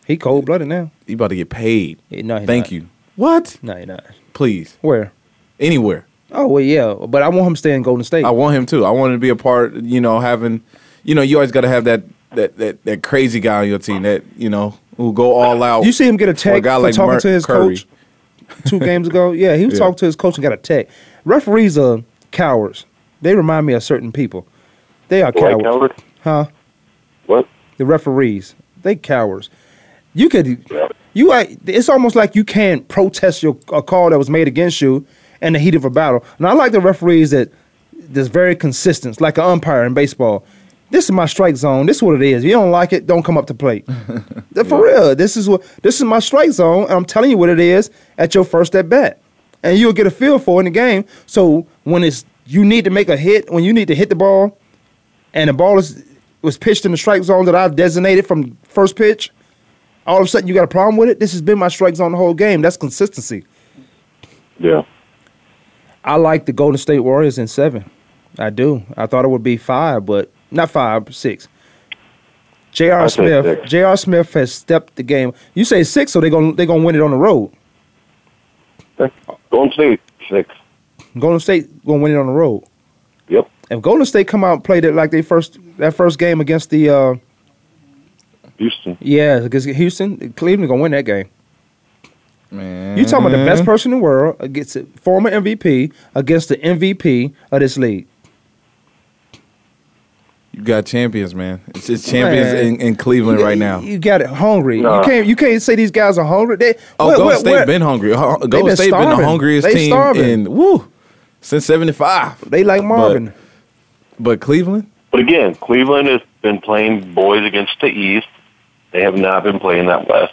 Speaker 3: He cold blooded now.
Speaker 4: He about to get paid.
Speaker 3: no, he
Speaker 4: Thank
Speaker 3: not.
Speaker 4: you. What?
Speaker 3: No, you're not.
Speaker 4: Please.
Speaker 3: Where?
Speaker 4: Anywhere.
Speaker 3: Oh well, yeah, but I want him to stay in Golden State.
Speaker 4: I want him too. I want him to be a part. You know, having, you know, you always got to have that that that that crazy guy on your team that you know who go all out.
Speaker 3: You see him get a
Speaker 4: for
Speaker 3: tech for talking to his coach two games ago. Yeah, he was
Speaker 4: Yeah.
Speaker 3: talking to his coach and got a tech. Referees are cowards. They remind me of certain people. They are
Speaker 2: Why
Speaker 3: cowards.
Speaker 2: coward?
Speaker 3: Huh?
Speaker 2: What?
Speaker 3: The referees. They cowards. You could you act- it's almost like you can't protest your a call that was made against you in the heat of a battle. And I like the referees that that's very consistent, like an umpire in baseball. This is my strike zone. This is what it is. If you don't like it, don't come up to plate. For real. This is what this is my strike zone, and I'm telling you what it is at your first at bat. And you'll get a feel for it in the game. So when it's you need to make a hit, when you need to hit the ball, and the ball is was pitched in the strike zone that I designated from first pitch, all of a sudden you got a problem with it. This has been my strike zone the whole game. That's consistency.
Speaker 2: Yeah.
Speaker 3: I like the Golden State Warriors in seven. I do. I thought it would be five, but not five, six. J.R.
Speaker 2: I'd say
Speaker 3: Smith,
Speaker 2: six.
Speaker 3: J.R. Smith has stepped the game. You say six, so they're gonna they're gonna win it on the road.
Speaker 2: Golden State six.
Speaker 3: Golden State gonna win it on the road.
Speaker 2: Yep.
Speaker 3: If Golden State come out and played it like they first that first game against the uh,
Speaker 2: Houston,
Speaker 3: yeah against Houston, Cleveland gonna win that game.
Speaker 4: Man, Mm-hmm.
Speaker 3: You talking about the best person in the world against a former MVP against the MVP of this league?
Speaker 4: You got champions, man. It's, it's champions
Speaker 3: Man.
Speaker 4: in, in Cleveland
Speaker 3: You-
Speaker 4: right now.
Speaker 3: You got it hungry.
Speaker 4: Nah.
Speaker 3: You can't you can't say these guys are hungry. They
Speaker 4: Oh,
Speaker 3: where-
Speaker 4: Golden
Speaker 3: where-
Speaker 4: State
Speaker 3: where-
Speaker 4: been hungry. Ho-
Speaker 3: They
Speaker 4: Golden State been the
Speaker 3: starving.
Speaker 4: hungriest
Speaker 3: They
Speaker 4: team
Speaker 3: starving.
Speaker 4: in woo since '75.
Speaker 3: They like Marvin.
Speaker 4: But, but Cleveland,
Speaker 2: but again, Cleveland has been playing boys against the East. They have not been playing that West.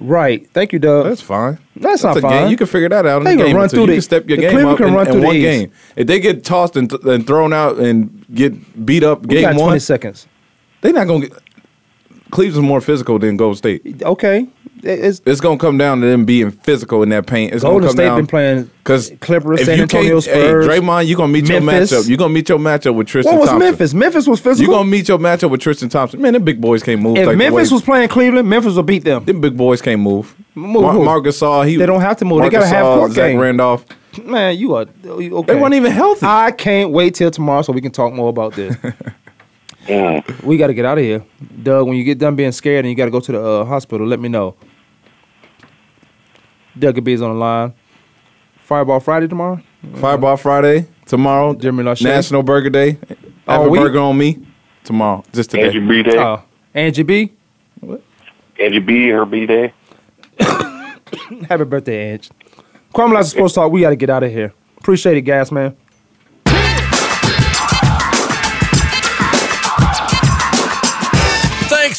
Speaker 3: Right. Thank you, Doug. That's
Speaker 4: fine.
Speaker 3: That's, not
Speaker 4: a
Speaker 3: fine.
Speaker 4: Game. You can figure that out in
Speaker 3: They
Speaker 4: a
Speaker 3: can
Speaker 4: game.
Speaker 3: run
Speaker 4: or two.
Speaker 3: through
Speaker 4: you
Speaker 3: the-
Speaker 4: can step your
Speaker 3: the
Speaker 4: game
Speaker 3: Cleveland
Speaker 4: up
Speaker 3: can
Speaker 4: in,
Speaker 3: run
Speaker 4: in
Speaker 3: through the
Speaker 4: one
Speaker 3: East.
Speaker 4: game. If they get tossed and, th- and thrown out and get beat up,
Speaker 3: We
Speaker 4: game
Speaker 3: got
Speaker 4: one,
Speaker 3: 20 seconds.
Speaker 4: They're not gonna get. Cleveland's more physical than Golden State.
Speaker 3: Okay, it's
Speaker 4: it's gonna come down to them being physical in that paint. It's
Speaker 3: Golden
Speaker 4: gonna come
Speaker 3: State
Speaker 4: down
Speaker 3: been playing
Speaker 4: because
Speaker 3: Clippers,
Speaker 4: if
Speaker 3: San
Speaker 4: you
Speaker 3: Antonio
Speaker 4: can't- hey,
Speaker 3: Spurs,
Speaker 4: Draymond, you gonna meet
Speaker 3: Memphis.
Speaker 4: your matchup. You are gonna meet your matchup with Tristan.
Speaker 3: what was
Speaker 4: Thompson.
Speaker 3: Memphis? Memphis was
Speaker 4: You
Speaker 3: physical.
Speaker 4: gonna meet your matchup with Tristan Thompson? Man, them big boys can't move.
Speaker 3: if
Speaker 4: like the
Speaker 3: Memphis
Speaker 4: way-
Speaker 3: was playing Cleveland, Memphis would beat them.
Speaker 4: them big boys can't move.
Speaker 3: Move
Speaker 4: Mar-
Speaker 3: who?
Speaker 4: Marc Gasol, he
Speaker 3: They don't have to move. They
Speaker 4: Marc
Speaker 3: gotta have
Speaker 4: Gasol,
Speaker 3: court
Speaker 4: Zach
Speaker 3: game.
Speaker 4: Randolph.
Speaker 3: Man, you are you- okay.
Speaker 4: They weren't even healthy.
Speaker 3: I can't wait till tomorrow so we can talk more about this. we got to get out of here, Doug. When you get done being scared and you got to go to the uh, hospital, let me know. Doug B is on the line. Fireball Friday tomorrow.
Speaker 4: Fireball Friday tomorrow.
Speaker 3: Jimmy Lachey.
Speaker 4: National Burger Day.
Speaker 3: All
Speaker 4: Have a
Speaker 3: week?
Speaker 4: burger on me tomorrow. Just today.
Speaker 2: Angie B Day.
Speaker 3: Oh, Angie B.
Speaker 2: Angie B. Her B Day.
Speaker 3: Happy birthday, Angie. Kwame Lasseter Sports Talk. We got to get out of here. Appreciate it, guys, man.
Speaker 15: Thanks